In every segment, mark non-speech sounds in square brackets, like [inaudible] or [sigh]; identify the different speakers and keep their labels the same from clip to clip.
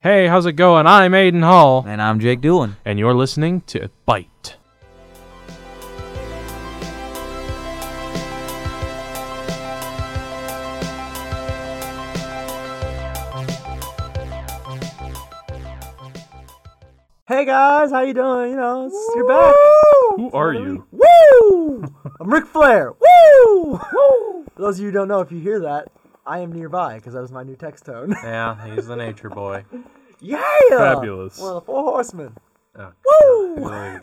Speaker 1: Hey, how's it going? I'm Aiden Hall,
Speaker 2: And I'm Jake Doolin.
Speaker 1: and you're listening to Bite.
Speaker 3: Hey guys, how you doing? You know, it's, you're back.
Speaker 1: Who are you?
Speaker 3: Woo! [laughs] I'm Ric
Speaker 4: [laughs]
Speaker 3: Flair. Woo! Woo! For those of you who don't know, if you hear that, I am nearby because that was my new text tone. [laughs]
Speaker 1: Yeah, he's the nature [laughs] boy.
Speaker 3: yeah!
Speaker 1: Fabulous.
Speaker 3: Well, four horsemen.
Speaker 4: Ah,
Speaker 1: Oh,
Speaker 3: Woo!
Speaker 1: really.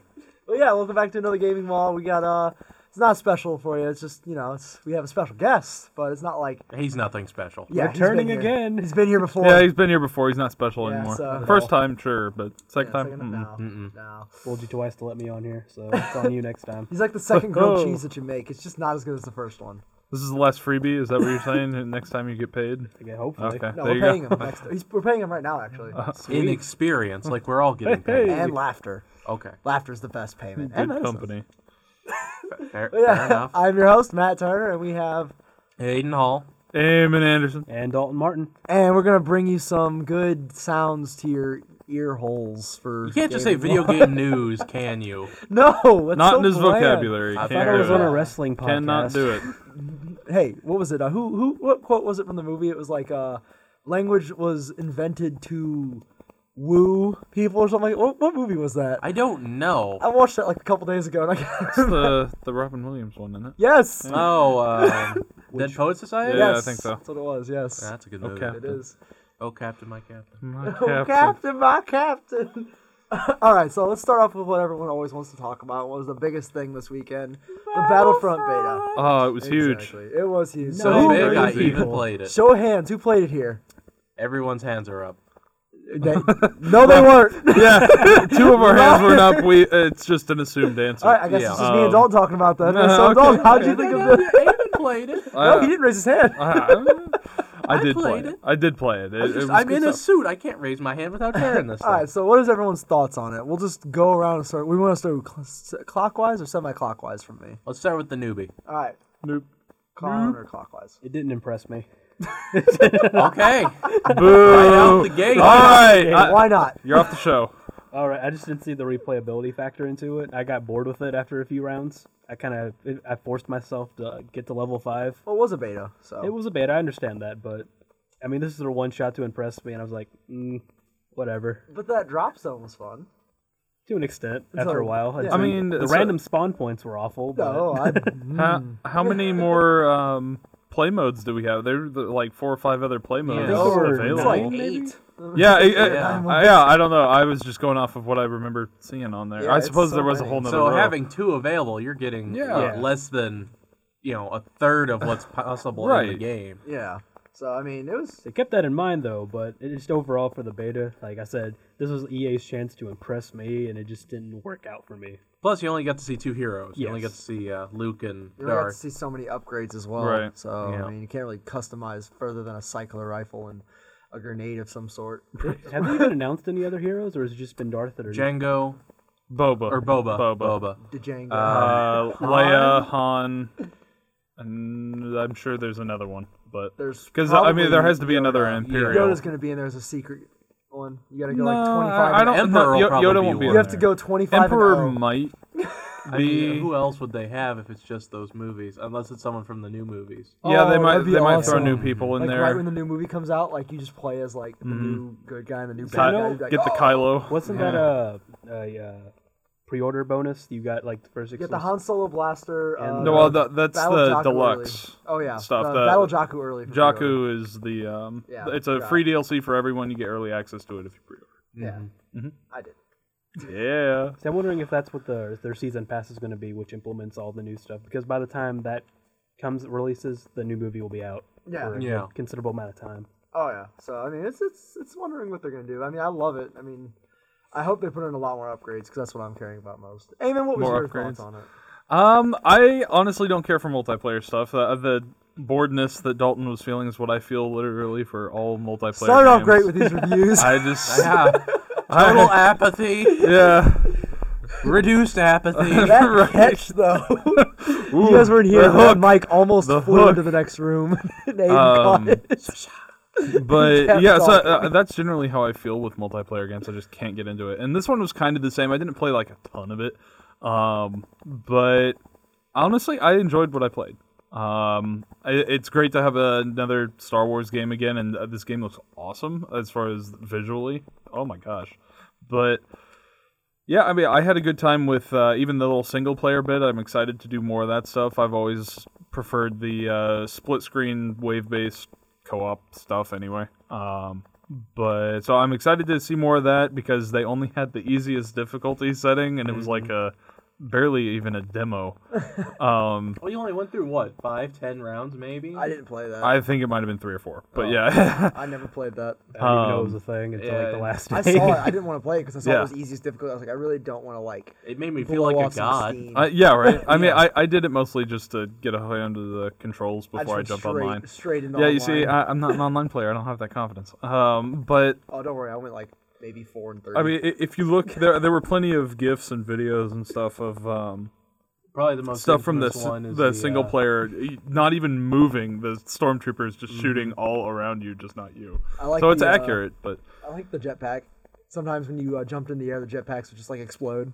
Speaker 3: Well, yeah, welcome back to another gaming mall. We got uh, it's not special for you. It's just you know, it's we have a special guest, but it's not like
Speaker 1: he's nothing special.
Speaker 3: yeah, he's been
Speaker 4: Returning
Speaker 3: here.
Speaker 4: again.
Speaker 3: He's been here before.
Speaker 4: [laughs] Yeah, he's been here before. He's not special
Speaker 3: Yeah,
Speaker 4: anymore.
Speaker 3: so-
Speaker 4: First time, sure, but
Speaker 3: Yeah,
Speaker 4: second time.
Speaker 3: second-
Speaker 4: mm-mm.
Speaker 3: no, no.
Speaker 5: told you twice to let me on here, so it's on you next time.
Speaker 3: [laughs] He's like the second grilled
Speaker 4: [laughs] Oh.
Speaker 3: cheese that you make. It's just not as good as the first one.
Speaker 4: This is the last freebie. Is that what you're saying? [laughs] And Next time you get paid.
Speaker 5: Yeah, hopefully.
Speaker 4: Okay,
Speaker 3: No,
Speaker 4: there you
Speaker 3: we're paying
Speaker 4: go. Uh,
Speaker 3: him next. He's, we're paying him right now, actually.
Speaker 1: Inexperience, like we're all getting
Speaker 3: [laughs]
Speaker 1: paid.
Speaker 3: and laughter.
Speaker 1: Okay,
Speaker 3: Laughter's the best payment. and
Speaker 4: Good
Speaker 3: medicine.
Speaker 4: company.
Speaker 1: [laughs] fair,
Speaker 3: But yeah,
Speaker 1: fair enough.
Speaker 3: [laughs] I'm your host, Matt Turner, and we have,
Speaker 1: Aiden Hall.
Speaker 4: Amen, Anderson.
Speaker 5: And Dalton Martin.
Speaker 3: and we're gonna bring you some good sounds to your ear holes for.
Speaker 1: You can't just say
Speaker 3: gaming.
Speaker 1: [laughs] video game news, can you?
Speaker 3: [laughs] No, that's
Speaker 4: Not
Speaker 3: so
Speaker 4: in his
Speaker 3: bland.
Speaker 4: vocabulary.
Speaker 1: I
Speaker 4: Can't
Speaker 5: I
Speaker 1: thought
Speaker 4: do
Speaker 5: thought it was on
Speaker 4: it.
Speaker 5: a wrestling podcast.
Speaker 4: Cannot do it.
Speaker 3: Hey, what was it? Uh, who who what quote was it from the movie? It was like uh, language was invented to woo people or something. Like, what, what movie was that? I,
Speaker 1: I don't know.
Speaker 3: watched that like a couple days ago, and I [laughs] can't
Speaker 4: It's the the Robin Williams one, isn't it?
Speaker 3: yes,
Speaker 1: Oh, [laughs] um, Dead Poet Society.
Speaker 4: Yeah, I
Speaker 3: yes,
Speaker 4: think so.
Speaker 3: That's what it was. Yes,
Speaker 1: That's a good movie.
Speaker 4: Captain.
Speaker 3: it is.
Speaker 1: Oh, Captain, my Captain.
Speaker 4: My
Speaker 3: Oh, [laughs] captain, my captain. [laughs] All right, so let's start off with what everyone always wants to talk about. What was the biggest thing this weekend? The Battlefront beta.
Speaker 4: Oh, it was huge.
Speaker 3: Exactly. It was huge.
Speaker 1: So
Speaker 3: who,
Speaker 1: big, I
Speaker 4: crazy.
Speaker 1: even played it.
Speaker 3: Show of hands, who played it here?
Speaker 1: Everyone's hands are [laughs] up.
Speaker 3: They- no,
Speaker 4: [laughs]
Speaker 3: they weren't.
Speaker 4: Yeah, two of our hands went up. We it's just an assumed answer.
Speaker 3: All right, I guess it's
Speaker 1: Yeah.
Speaker 3: just me and
Speaker 4: Um,
Speaker 3: Dalton talking about
Speaker 4: [laughs]
Speaker 3: that.
Speaker 4: no,
Speaker 3: so,
Speaker 4: okay. Uh,
Speaker 3: Dalton, how'd you think of the?
Speaker 1: Aiden played it.
Speaker 3: No, he didn't raise his hand.
Speaker 4: I, I did play
Speaker 1: played
Speaker 4: it.
Speaker 1: it.
Speaker 4: I did play it. It- it was
Speaker 1: I'm
Speaker 4: good
Speaker 1: in a
Speaker 4: stuff.
Speaker 1: suit. I can't raise my hand without tearing [laughs] this.
Speaker 3: All
Speaker 1: thing.
Speaker 3: right, so what is everyone's thoughts on it? We'll just go around and start. We want to start with cl- s- clockwise or semi-clockwise from me.
Speaker 1: Let's start with the newbie.
Speaker 3: All right,
Speaker 4: Nope.
Speaker 3: Colin or clockwise.
Speaker 5: It didn't impress me.
Speaker 1: Okay, out
Speaker 4: Boo!
Speaker 1: [laughs] the gate.
Speaker 4: All right,
Speaker 3: [laughs]
Speaker 4: I-
Speaker 3: Why not?
Speaker 4: you're off the show.
Speaker 5: All right, I just didn't see the replayability factor into it. I got bored with it after a few rounds. I kind of I forced myself to get to level five.
Speaker 3: Well, it was a beta, so
Speaker 5: It was a beta. I understand that, but I mean, this is their one shot to impress me, and I was like, mm, whatever.
Speaker 3: But that drop zone was fun.
Speaker 5: To an extent, after a
Speaker 3: like-
Speaker 5: while.
Speaker 3: yeah.
Speaker 4: I mean,
Speaker 5: the
Speaker 4: so-
Speaker 5: random spawn points were awful. But
Speaker 3: No, I,
Speaker 4: How,
Speaker 1: Hmm.
Speaker 4: how many more um, play modes do we have? There are like four or five other play modes
Speaker 5: there were
Speaker 4: Oh, available.
Speaker 3: it's like
Speaker 5: Maybe.
Speaker 3: eight.
Speaker 4: yeah, it- it-
Speaker 1: Yeah.
Speaker 4: yeah. I don't know. I was just going off of what I remember seeing on there.
Speaker 3: Yeah,
Speaker 4: I
Speaker 3: it's
Speaker 4: suppose
Speaker 3: so
Speaker 4: there was
Speaker 3: many.
Speaker 4: a whole nother.
Speaker 1: So
Speaker 4: row.
Speaker 1: having two available, you're getting
Speaker 4: Yeah.
Speaker 1: uh, less than you know a third of what's possible in the
Speaker 4: Right.
Speaker 1: game.
Speaker 3: Yeah. So I mean, it was
Speaker 5: They kept that in mind though, but it just overall for the beta, like I said, this was EA's chance to impress me, and it just didn't work out for me.
Speaker 1: Plus, you only got to see two heroes. You only got
Speaker 5: Yes.
Speaker 1: to see uh, Luke and
Speaker 3: you got to
Speaker 1: Darth.
Speaker 3: see so many upgrades as well.
Speaker 4: Right.
Speaker 3: So
Speaker 1: Yeah.
Speaker 3: I mean, you can't really customize further than a cycler rifle and a grenade of some sort.
Speaker 4: [laughs]
Speaker 5: Have they even announced any other heroes, or has it just been Darth that are
Speaker 1: Django
Speaker 4: Boba
Speaker 1: or Boba.
Speaker 4: Boba,
Speaker 1: Boba.
Speaker 3: The Django.
Speaker 4: Uh, Leia, Han, and I'm sure there's another one, but
Speaker 3: There's
Speaker 4: because I mean there
Speaker 3: probably
Speaker 4: has to be another
Speaker 3: Yoda.
Speaker 4: Imperial.
Speaker 3: Yoda's gonna be in there as a secret one. You gotta go
Speaker 4: No,
Speaker 3: like 25.
Speaker 4: I, I don't.
Speaker 1: Emperor will
Speaker 4: no, Yo-
Speaker 1: probably
Speaker 4: Yoda
Speaker 1: be
Speaker 4: won't be.
Speaker 1: one.
Speaker 4: in
Speaker 3: You have to
Speaker 4: there.
Speaker 3: go 25. and
Speaker 4: Emperor
Speaker 3: oh.
Speaker 4: might
Speaker 1: [laughs] I mean,
Speaker 4: be.
Speaker 1: who else would they have if it's just those movies? Unless it's someone from the new movies.
Speaker 4: Yeah, they
Speaker 3: Oh,
Speaker 4: might.
Speaker 3: that'd
Speaker 4: They
Speaker 3: be
Speaker 4: might throw
Speaker 3: awesome.
Speaker 4: new people in
Speaker 3: Like
Speaker 4: there. Mm-hmm.
Speaker 3: right when the new movie comes out, like you just play as like the new good guy and the new
Speaker 4: Ky-
Speaker 3: bad guy. You'd be like,
Speaker 4: get the
Speaker 3: "Oh!"
Speaker 4: Kylo.
Speaker 5: Wasn't that a, a uh, pre-order bonus? You got like the first
Speaker 3: You
Speaker 5: six.
Speaker 3: get the Han Solo blaster.
Speaker 5: And
Speaker 3: Uh,
Speaker 4: No, well, that, that's
Speaker 3: Battle
Speaker 4: the
Speaker 3: Jakku
Speaker 4: deluxe.
Speaker 3: early. Oh yeah,
Speaker 4: stuff,
Speaker 3: The
Speaker 4: the-
Speaker 3: Battle Jakku early. for pre-order.
Speaker 4: Jakku is the um.
Speaker 3: Yeah,
Speaker 4: it's a
Speaker 3: yeah.
Speaker 4: free DLC for everyone. You get early access to it if you pre-order.
Speaker 1: Mm-hmm.
Speaker 3: Yeah, I did. [laughs]
Speaker 4: Yeah.
Speaker 5: So I'm wondering if that's what the, their season pass is going to be, which implements all the new stuff. Because by the time that comes releases, the new movie will be out
Speaker 3: Yeah.
Speaker 5: for
Speaker 1: Yeah.
Speaker 5: a considerable amount of time.
Speaker 3: Oh yeah. So I mean, it's it's it's wondering what they're gonna do. I mean, I love it. I mean, I hope they put in a lot more upgrades because that's what I'm caring about most. Amen. What was
Speaker 4: More
Speaker 3: your
Speaker 4: upgrades.
Speaker 3: thoughts on it?
Speaker 4: Um, I honestly don't care for multiplayer stuff. Uh, the boredness that Dalton was feeling is what I feel literally for all multiplayer.
Speaker 3: Started off
Speaker 4: games.
Speaker 3: great with these
Speaker 4: [laughs]
Speaker 3: reviews.
Speaker 4: I just.
Speaker 1: [laughs] Yeah. Total apathy,
Speaker 4: yeah. [laughs]
Speaker 1: reduced apathy.
Speaker 3: that [laughs]
Speaker 1: [laughs]
Speaker 3: catch though. you guys weren't here.
Speaker 4: the
Speaker 3: The
Speaker 4: hook.
Speaker 3: Mike almost
Speaker 4: The
Speaker 3: flew [laughs]
Speaker 4: hook.
Speaker 3: into the next room. and Aiden caught
Speaker 4: Um,
Speaker 3: it.
Speaker 4: But
Speaker 3: Kept
Speaker 4: yeah, so
Speaker 3: talking.
Speaker 4: uh, that's generally how I feel with multiplayer games. I just can't get into it. And this one was kind of the same. I didn't play like a ton of it. Um, but honestly, I enjoyed what I played. Um, I, it's great to have another Star Wars game again, and uh, this game looks awesome as far as visually. Oh my gosh! But yeah, I mean, I had a good time with uh, even the little single player bit. I'm excited to do more of that stuff. I've always preferred the uh, split screen wave based co op stuff anyway. Um, but so I'm excited to see more of that because they only had the easiest difficulty setting, and it was like
Speaker 3: Mm-hmm.
Speaker 4: a barely even a demo. Um,
Speaker 1: Well, you only went through what five, ten rounds, maybe.
Speaker 3: [laughs] I didn't play that. I,
Speaker 4: I think it might have been three or four, but
Speaker 3: Oh.
Speaker 4: yeah. [laughs]
Speaker 3: never played that.
Speaker 5: I didn't even know it was
Speaker 4: Um,
Speaker 5: a thing until
Speaker 1: yeah,
Speaker 5: like the last
Speaker 3: [laughs]
Speaker 5: day.
Speaker 3: I saw it. I didn't want to play it because I saw
Speaker 4: Yeah.
Speaker 3: it was the easiest difficulty. I was like, I really don't want to like
Speaker 1: it made me feel
Speaker 3: blow
Speaker 1: like a
Speaker 3: off some
Speaker 1: god.
Speaker 3: steam.
Speaker 4: I, yeah, right. I mean, I, I did it mostly just to get a hand of the controls
Speaker 3: I just
Speaker 4: before I,
Speaker 3: went
Speaker 4: jumped
Speaker 3: straight,
Speaker 4: online.
Speaker 3: Straight into
Speaker 4: Yeah, you see,
Speaker 3: online.
Speaker 4: I, I'm not an online player. I don't have that confidence. Um, but
Speaker 3: oh, don't worry. I went like maybe four and thirty.
Speaker 4: I mean, i- if you look, there there were plenty of gifs and videos and stuff of um,
Speaker 1: Probably the most
Speaker 4: stuff from the
Speaker 1: infamous
Speaker 4: s-
Speaker 1: one
Speaker 4: the,
Speaker 1: is
Speaker 4: single
Speaker 1: uh,
Speaker 4: player, y- not even moving. The stormtroopers just shooting all around you, just not you.
Speaker 3: I like
Speaker 4: so it's
Speaker 3: the, uh,
Speaker 4: accurate, but
Speaker 3: I like the jetpack. Sometimes when you uh, jumped in the air, the jetpacks would just like explode.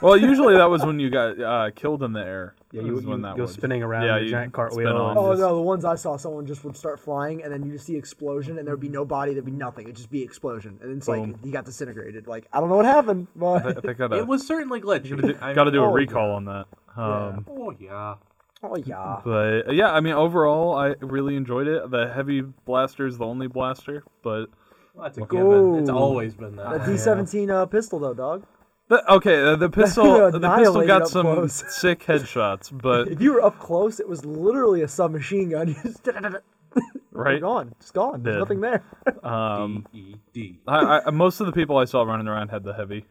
Speaker 4: well, usually that was when you got uh, killed in the air.
Speaker 5: Yeah,
Speaker 4: That
Speaker 5: you,
Speaker 4: was
Speaker 5: you
Speaker 4: when that
Speaker 5: go
Speaker 4: was.
Speaker 5: spinning around
Speaker 4: Yeah,
Speaker 5: in a
Speaker 4: you
Speaker 5: giant
Speaker 4: spin
Speaker 5: cartwheel.
Speaker 4: off.
Speaker 5: and
Speaker 4: Oh,
Speaker 3: Oh
Speaker 5: just-
Speaker 3: no, the ones I saw, someone just would start flying, and then you just see explosion, and there'd be no body, there'd be nothing, it'd just be explosion, and it's like
Speaker 4: Mm-hmm. Boom.
Speaker 3: you got disintegrated. Like I don't know what happened,
Speaker 4: I, I
Speaker 3: but
Speaker 4: think I gotta,
Speaker 1: Oh, It was certainly glitchy. I
Speaker 4: got to do a
Speaker 1: mean-
Speaker 4: recall on that. Um,
Speaker 1: Oh yeah.
Speaker 3: [laughs] oh yeah,
Speaker 4: But uh, yeah, I mean, overall, I really enjoyed it. The heavy blaster is the only blaster, but
Speaker 1: Well, that's a
Speaker 3: Ooh.
Speaker 1: given. It's always been that.
Speaker 3: that
Speaker 1: way.
Speaker 3: D seventeen uh, pistol though, dog.
Speaker 4: the, okay, uh,
Speaker 3: [laughs]
Speaker 4: the pistol, the pistol
Speaker 3: annihilated
Speaker 4: got
Speaker 3: up
Speaker 4: some
Speaker 3: close.
Speaker 4: [laughs] sick headshots,
Speaker 3: [laughs]
Speaker 4: but
Speaker 3: If you were up close, it was literally a submachine gun. [laughs] You just
Speaker 4: right,
Speaker 3: gone, just gone. There's
Speaker 4: Dead.
Speaker 3: nothing there.
Speaker 4: um,
Speaker 1: E D-E-D.
Speaker 4: I, I, most of the people I saw running around had the heavy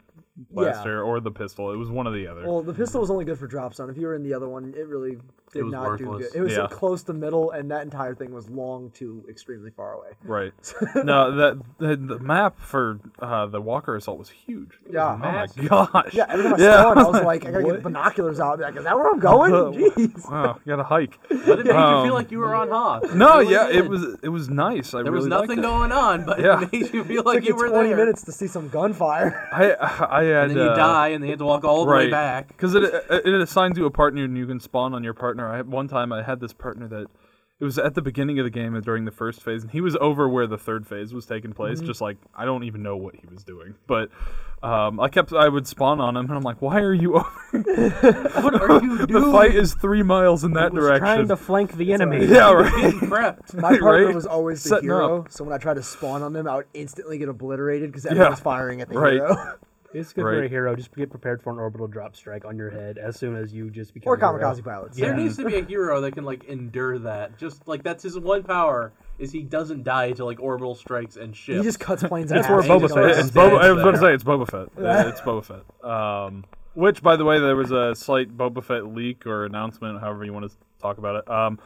Speaker 4: blaster or the pistol. It was one or the other.
Speaker 3: Well, the pistol was only good for drop zone. If you were in the other one, it really did
Speaker 1: was
Speaker 3: not do
Speaker 1: worthless.
Speaker 3: good. It was
Speaker 4: Yeah.
Speaker 3: close to middle, and that entire thing was long to extremely far away. [laughs]
Speaker 4: right. no, that the, the map for uh, the Walker assault was huge. It was
Speaker 3: Yeah.
Speaker 4: massive. Oh my gosh.
Speaker 3: Yeah, every time I
Speaker 4: [laughs] Yeah.
Speaker 3: saw it, I was like, I gotta [laughs] get binoculars out. I'd be like, is that where I'm going? Jeez.
Speaker 4: Wow, you gotta hike.
Speaker 1: But it made you
Speaker 4: Um,
Speaker 1: feel like you were on Hoth.
Speaker 4: No,
Speaker 1: really
Speaker 4: yeah, it
Speaker 1: did.
Speaker 4: was it was nice. I
Speaker 1: There
Speaker 4: really
Speaker 1: was
Speaker 4: liked
Speaker 1: nothing
Speaker 4: it.
Speaker 1: going on, but
Speaker 4: Yeah.
Speaker 1: it made you feel
Speaker 3: Took
Speaker 1: like
Speaker 3: you
Speaker 1: you were
Speaker 3: 20
Speaker 1: there.
Speaker 3: minutes to see some
Speaker 4: [laughs]
Speaker 3: gunfire.
Speaker 4: I I had
Speaker 1: And then you
Speaker 4: uh,
Speaker 1: die, and they had to walk all the way back.
Speaker 4: Because it, it it assigns you a partner and you can spawn on your partner. I one time I had this partner that it was at the beginning of the game and during the first phase, and he was over where the third phase was taking place.
Speaker 1: Mm-hmm.
Speaker 4: Just like I don't even know what he was doing, but um, I kept I would spawn on him and I'm like, why are you [laughs] over?
Speaker 1: What are you doing?
Speaker 4: [laughs] the fight is three miles in that
Speaker 5: was
Speaker 4: direction.
Speaker 5: trying to flank the
Speaker 4: [laughs]
Speaker 5: enemy.
Speaker 1: [laughs]
Speaker 4: yeah, right.
Speaker 1: Getting prepped.
Speaker 3: My partner
Speaker 4: Right?
Speaker 3: was always the
Speaker 4: Setting
Speaker 3: hero,
Speaker 4: up.
Speaker 3: so when I tried to spawn on them, I would instantly get obliterated because everyone's firing at the
Speaker 4: right.
Speaker 3: hero.
Speaker 5: It's good for
Speaker 4: Right.
Speaker 5: a hero. Just get prepared for an orbital drop strike on your head as soon as you just become
Speaker 3: or
Speaker 5: a hero.
Speaker 3: kamikaze pilots.
Speaker 1: There needs to be a hero that can like endure that. Just like that's his one power is he doesn't die to like orbital strikes and shit.
Speaker 3: He just cuts planes
Speaker 5: That's
Speaker 3: in half.
Speaker 5: where Boba
Speaker 3: He's
Speaker 5: Fett
Speaker 3: like,
Speaker 5: is.
Speaker 1: [laughs]
Speaker 4: It's Boba, I was about to
Speaker 1: there.
Speaker 4: say it's Boba Fett.
Speaker 1: [laughs]
Speaker 4: Uh, it's Boba Fett. Um, which, by the way, there was a slight Boba Fett leak or announcement, however you want to talk about it. Um,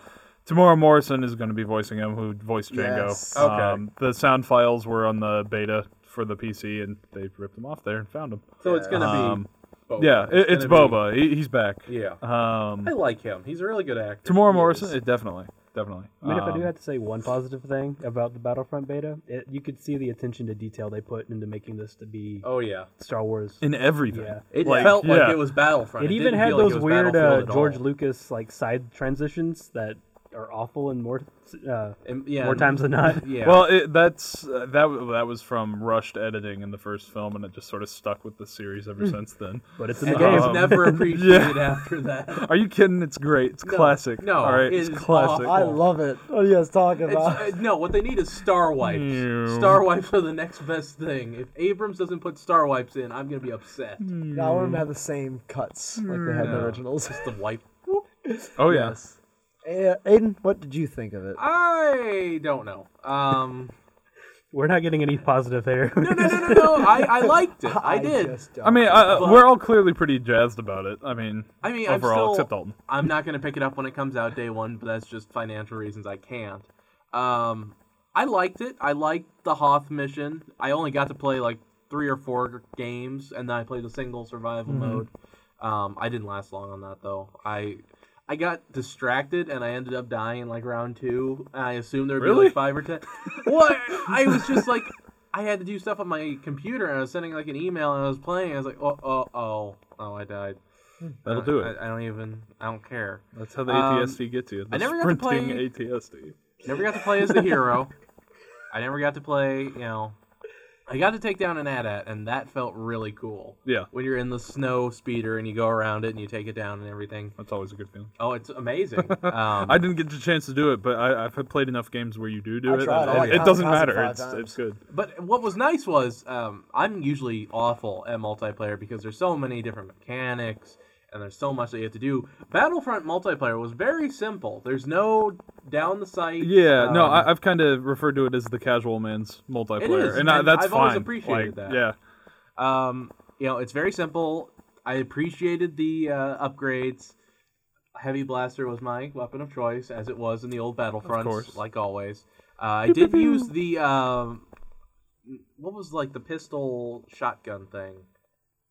Speaker 4: Tamora Morrison is going to be voicing him, who voiced Django.
Speaker 3: Yes.
Speaker 1: Okay.
Speaker 4: Um, the sound files were on the beta for the PC, and they ripped them off there and found them.
Speaker 1: so it's gonna
Speaker 4: Um,
Speaker 1: be. Boba.
Speaker 4: Yeah, it, it's
Speaker 1: gonna be-
Speaker 4: Boba. He, he's back.
Speaker 1: Yeah.
Speaker 4: Um,
Speaker 1: I like him. He's a really good actor.
Speaker 4: Tamora
Speaker 1: He
Speaker 4: Morrison,
Speaker 1: is.
Speaker 4: it, definitely, definitely.
Speaker 5: I mean, if I do
Speaker 4: Um,
Speaker 5: have to say one positive thing about the Battlefront beta, it, you could see the attention to detail they put into making this to be
Speaker 1: Oh yeah.
Speaker 5: Star Wars.
Speaker 4: in everything.
Speaker 5: Yeah.
Speaker 1: It
Speaker 4: Like,
Speaker 1: felt like
Speaker 4: yeah.
Speaker 1: it was Battlefront.
Speaker 5: it,
Speaker 1: It,
Speaker 5: even
Speaker 1: didn't
Speaker 5: had
Speaker 1: feel like
Speaker 5: those
Speaker 1: it was
Speaker 5: weird uh,
Speaker 1: Battlefield at
Speaker 5: George
Speaker 1: all.
Speaker 5: Lucas like side transitions that are awful and more uh,
Speaker 1: And- yeah,
Speaker 5: more
Speaker 1: and-
Speaker 5: times than not.
Speaker 1: [laughs] Yeah.
Speaker 4: Well, it, that's uh, that. w- That was from rushed editing in the first film, and it just sort of stuck with the series ever
Speaker 1: Hmm.
Speaker 4: since then.
Speaker 5: But it's in the
Speaker 1: and
Speaker 5: game.
Speaker 1: it was
Speaker 4: [laughs]
Speaker 1: never appreciated after that.
Speaker 4: Are you kidding? It's great. It's
Speaker 1: No,
Speaker 4: classic.
Speaker 1: no,
Speaker 4: all right,
Speaker 1: it
Speaker 4: it's
Speaker 1: is
Speaker 4: classic.
Speaker 1: awful.
Speaker 3: I love it. What are you guys talking
Speaker 1: [laughs] It's,
Speaker 3: about?
Speaker 1: uh, no, what they need is star wipes.
Speaker 4: Ew.
Speaker 1: Star wipes are the next best thing. If Abrams doesn't put star wipes in, I'm gonna be upset.
Speaker 3: Yeah, I want them to have the same cuts like they had in the
Speaker 1: No.
Speaker 3: originals. [laughs]
Speaker 1: Just the wipe.
Speaker 4: Oh yeah.
Speaker 3: Uh, Aiden, what did you think of it?
Speaker 1: I don't know. Um,
Speaker 5: We're not getting any positive
Speaker 1: [laughs]
Speaker 5: there.
Speaker 1: no, no, no, no, no. I, I liked it.
Speaker 3: [laughs]
Speaker 1: I did.
Speaker 3: just don't.
Speaker 4: I mean, I, uh, we're all clearly pretty jazzed about it. I mean,
Speaker 1: I mean,
Speaker 4: overall,
Speaker 1: I'm still,
Speaker 4: except Dalton.
Speaker 1: I'm not gonna pick it up when it comes out day one, but that's just financial reasons. I can't. Um, I liked it. I liked the Hoth mission. I only got to play like three or four
Speaker 4: Mm-hmm.
Speaker 1: games, and then I played the single survival mode. Um, I didn't last long on that though. I I got distracted and I ended up dying in like round two. And I assumed there would be
Speaker 4: Really?
Speaker 1: like five or ten. what? I was just like, I had to do stuff on my computer and I was sending like an email and I was playing. I was like, oh, oh, oh, oh, I died.
Speaker 4: That'll do it.
Speaker 1: Uh, I, I don't even. I don't care.
Speaker 4: That's how the
Speaker 1: Um,
Speaker 4: ATSD gets you. The
Speaker 1: I never got to
Speaker 4: sprinting
Speaker 1: play-
Speaker 4: ATSD.
Speaker 1: Never got to play
Speaker 4: [laughs]
Speaker 1: as the hero. I never got to play. You know, I got to take down an AT-AT and that felt really cool.
Speaker 4: Yeah,
Speaker 1: When you're in the snow speeder and you go around it and you take it down and everything.
Speaker 4: that's always a good feeling.
Speaker 1: Oh, it's amazing. Um,
Speaker 4: [laughs] I didn't get the chance to do it, but I, I've played enough games where you do do
Speaker 3: I
Speaker 4: it.
Speaker 3: tried
Speaker 4: and
Speaker 3: all
Speaker 4: it-
Speaker 3: like
Speaker 4: it
Speaker 3: five
Speaker 4: doesn't
Speaker 3: times and
Speaker 4: matter.
Speaker 3: five
Speaker 4: It's it's
Speaker 3: times.
Speaker 4: good.
Speaker 1: But what was nice was um, I'm usually awful at multiplayer because there's so many different mechanics and there's so much that you have to do. Battlefront multiplayer was very simple. There's no down the sight.
Speaker 4: Yeah, no,
Speaker 1: um,
Speaker 4: I, I've kind of referred to it as the casual man's multiplayer,
Speaker 1: is,
Speaker 4: and, I,
Speaker 1: and
Speaker 4: that's
Speaker 1: I've
Speaker 4: fine.
Speaker 1: always appreciated
Speaker 4: Like,
Speaker 1: that.
Speaker 4: Yeah,
Speaker 1: Um, you know, it's very simple. I appreciated the uh, upgrades. Heavy blaster was my weapon of choice, as it was in the old Battlefronts,
Speaker 4: course.
Speaker 1: like always. Uh, I did use the um, what was like the pistol shotgun thing.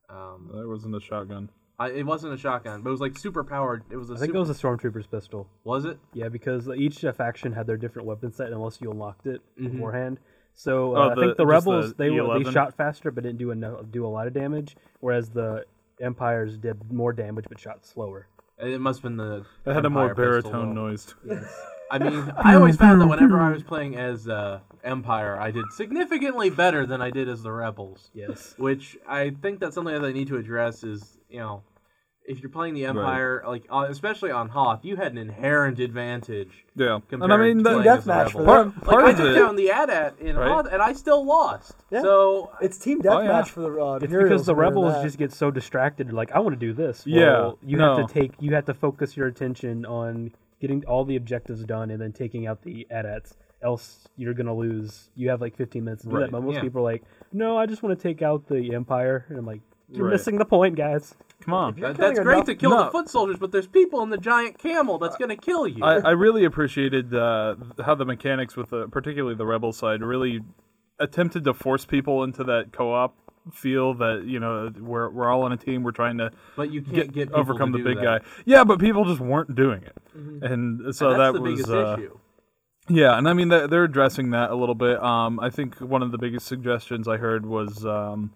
Speaker 1: Um,
Speaker 4: that wasn't a shotgun.
Speaker 1: I, it wasn't a shotgun, but it was like super powered. It was a
Speaker 5: I think
Speaker 1: super,
Speaker 5: it was a stormtrooper's pistol.
Speaker 1: was it?
Speaker 5: Yeah, because each uh, faction had their different weapon set unless you unlocked it beforehand. So
Speaker 4: Mm-hmm. Oh,
Speaker 5: uh, I
Speaker 4: the-
Speaker 5: think the
Speaker 4: just
Speaker 5: rebels
Speaker 4: the E
Speaker 5: they were they
Speaker 4: E11?
Speaker 5: shot faster but didn't do enough, do a lot of damage, whereas the empires did more damage but shot slower.
Speaker 1: It must have been the.
Speaker 4: It had a more
Speaker 1: Empire pistol,
Speaker 4: baritone
Speaker 1: though.
Speaker 4: noise. to it.
Speaker 1: I mean, I always found that whenever I was playing as uh, Empire, I did significantly better than I did as the Rebels.
Speaker 5: Yes.
Speaker 1: Which I think that's something that they need to address is, you know, if you're playing the Empire, like uh, especially on Hoth, you had an inherent advantage.
Speaker 4: [laughs] Yeah, and I
Speaker 1: Compared
Speaker 4: mean
Speaker 1: to,
Speaker 4: that,
Speaker 1: like, as a
Speaker 3: Deathmatch
Speaker 1: rebel.
Speaker 3: for them.
Speaker 4: Part-
Speaker 1: Like
Speaker 4: part
Speaker 1: I
Speaker 4: of
Speaker 1: took
Speaker 4: it-
Speaker 1: down the AT-AT in
Speaker 4: Right.
Speaker 1: Hoth, and I still lost.
Speaker 3: Yeah.
Speaker 1: So
Speaker 3: It's team
Speaker 4: Oh,
Speaker 3: deathmatch
Speaker 4: yeah.
Speaker 3: for the uh,
Speaker 5: It's
Speaker 3: Imperials
Speaker 5: because the
Speaker 3: more than
Speaker 5: rebels
Speaker 3: that.
Speaker 5: just get so distracted. Like, I want to do this.
Speaker 4: Yeah,
Speaker 5: Well, you
Speaker 4: no.
Speaker 5: have to take, you have to focus your attention on getting all the objectives done and then taking out the adats. Else, you're gonna lose. You have like 15 minutes to do
Speaker 4: Right,
Speaker 5: that. But most
Speaker 1: yeah.
Speaker 5: people are like, "No, I just want to take out the empire." And I'm like, "You're
Speaker 4: Right.
Speaker 5: missing the point, guys."
Speaker 4: Come
Speaker 1: [laughs]
Speaker 4: on.
Speaker 1: that, that's
Speaker 3: killing
Speaker 1: great
Speaker 3: enough-
Speaker 1: to kill the
Speaker 4: No.
Speaker 1: foot soldiers, but there's people in the giant camel that's going to kill you.
Speaker 4: Uh, I, I really appreciated uh, how the mechanics with the, particularly the rebel side really attempted to force people into that co-op feel that you know we're we're all on a team we're trying to
Speaker 1: but you can't
Speaker 4: get,
Speaker 1: get, people to
Speaker 4: overcome the
Speaker 1: do
Speaker 4: big
Speaker 1: that. Mm-hmm.
Speaker 4: guy yeah but people just weren't doing it and so
Speaker 1: That's
Speaker 4: that
Speaker 1: the
Speaker 4: was
Speaker 1: biggest
Speaker 4: uh,
Speaker 1: issue.
Speaker 4: Yeah, and I mean they're, they're addressing that a little bit. Um, I think one of the biggest suggestions I heard was um,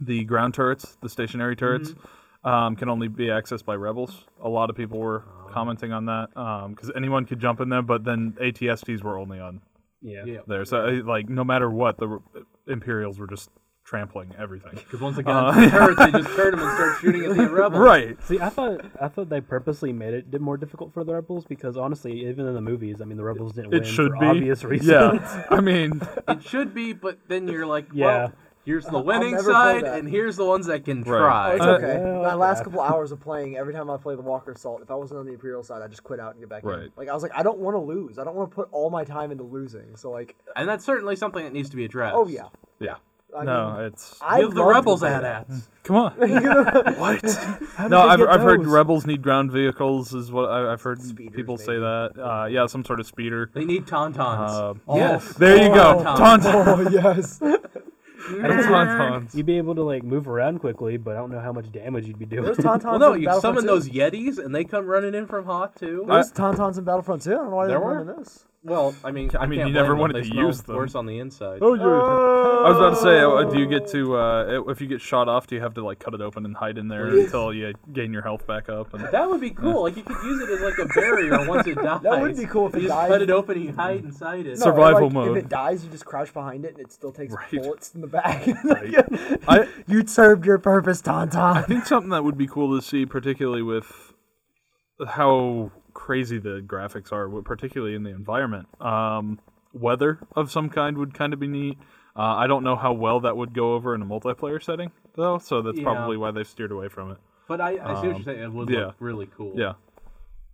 Speaker 4: the ground turrets, the stationary turrets,
Speaker 5: Mm-hmm.
Speaker 4: um, can only be accessed by rebels. A lot of people were
Speaker 5: Oh.
Speaker 4: commenting on that because anyone could jump in there, but then ATSTs were only on
Speaker 5: Yeah.
Speaker 1: Yeah.
Speaker 4: there. So uh, like no matter what, the re- Imperials were just trampling everything.
Speaker 1: Because once they got into the turrets, they just turn them and start shooting at the
Speaker 4: [laughs]
Speaker 1: rebels.
Speaker 4: Right.
Speaker 5: See, I thought I thought they purposely made it di- more difficult for the rebels because honestly, even in the movies, I mean, the rebels didn't
Speaker 4: It
Speaker 5: win
Speaker 4: should
Speaker 5: for
Speaker 4: be
Speaker 5: obvious reasons.
Speaker 4: [laughs]
Speaker 5: [laughs]
Speaker 4: Yeah. I mean,
Speaker 1: It should be, but then you're like, well,
Speaker 5: Yeah.
Speaker 1: here's the winning
Speaker 3: never play
Speaker 1: side,
Speaker 3: that.
Speaker 1: and here's the ones that can
Speaker 4: Right.
Speaker 1: try.
Speaker 3: It's
Speaker 4: Uh,
Speaker 3: okay.
Speaker 5: well,
Speaker 3: My last
Speaker 5: okay.
Speaker 3: couple hours of playing, every time I play the Walker Assault, if I wasn't on the Imperial side, I just quit out and get back in.
Speaker 4: Right.
Speaker 3: Like I was like, I don't want to lose. I don't want to put all my time into losing. So like,
Speaker 1: and that's certainly something that needs to be addressed.
Speaker 3: oh yeah,
Speaker 4: yeah.
Speaker 3: I mean,
Speaker 4: No, it's
Speaker 3: I
Speaker 1: Give the
Speaker 3: loved
Speaker 1: rebels
Speaker 3: that.
Speaker 1: AT-ATs.
Speaker 4: come on.
Speaker 3: [laughs] what?
Speaker 4: No,
Speaker 5: did they
Speaker 4: I've,
Speaker 5: get
Speaker 4: I've heard
Speaker 5: those?
Speaker 4: rebels need ground vehicles is what I, I've heard
Speaker 3: Speeders,
Speaker 4: people say
Speaker 3: maybe.
Speaker 4: that. Uh, yeah, some sort of speeder.
Speaker 1: They need tauntauns.
Speaker 4: Uh,
Speaker 1: yes.
Speaker 4: There you go, taunt.
Speaker 3: oh yes.
Speaker 4: Tauntauns.
Speaker 5: You'd be able to like move around quickly, but I don't know how much damage you'd be doing.
Speaker 3: There's Tauntauns.
Speaker 1: Well, no,
Speaker 3: in
Speaker 1: you
Speaker 3: Battlefront
Speaker 1: summon
Speaker 3: 2.
Speaker 1: those Yetis, and they come running in from Hoth, too.
Speaker 3: There's Tauntauns in Battlefront 2. I don't know why
Speaker 1: There
Speaker 3: they're
Speaker 1: were?
Speaker 3: running this.
Speaker 1: well, I mean,
Speaker 4: I mean,
Speaker 1: can't
Speaker 4: you
Speaker 1: blame
Speaker 4: never
Speaker 1: them.
Speaker 4: wanted
Speaker 1: They
Speaker 4: to
Speaker 1: smell
Speaker 4: use them.
Speaker 1: worse on the inside.
Speaker 4: Oh, you're. I was about to say, uh, do you get to uh, if you get shot off, do you have to like cut it open and hide in there until you gain your health back up? And
Speaker 1: That would be cool. Like you could use it as like a
Speaker 3: [laughs]
Speaker 1: barrier once it dies.
Speaker 3: That would be cool if
Speaker 1: you
Speaker 3: it
Speaker 1: just
Speaker 3: died.
Speaker 1: cut it open and you hide
Speaker 4: Mm-hmm.
Speaker 1: inside it.
Speaker 3: No, and,
Speaker 4: Survival
Speaker 3: like,
Speaker 4: mode.
Speaker 3: If it dies, you just crouch behind it, and it still takes
Speaker 4: Right.
Speaker 3: bullets in the back. [laughs]
Speaker 4: I
Speaker 3: you served your purpose, Tauntaun.
Speaker 4: [laughs] I think something that would be cool to see, particularly with how crazy the graphics are, w- particularly in the environment. Um, weather of some kind would kind of be neat. Uh, I don't know how well that would go over in a multiplayer setting, though, so that's
Speaker 1: Yeah.
Speaker 4: probably why they've steered away from it.
Speaker 1: But I, I see what you're saying. It would
Speaker 4: Um, yeah.
Speaker 1: look really cool.
Speaker 4: Yeah.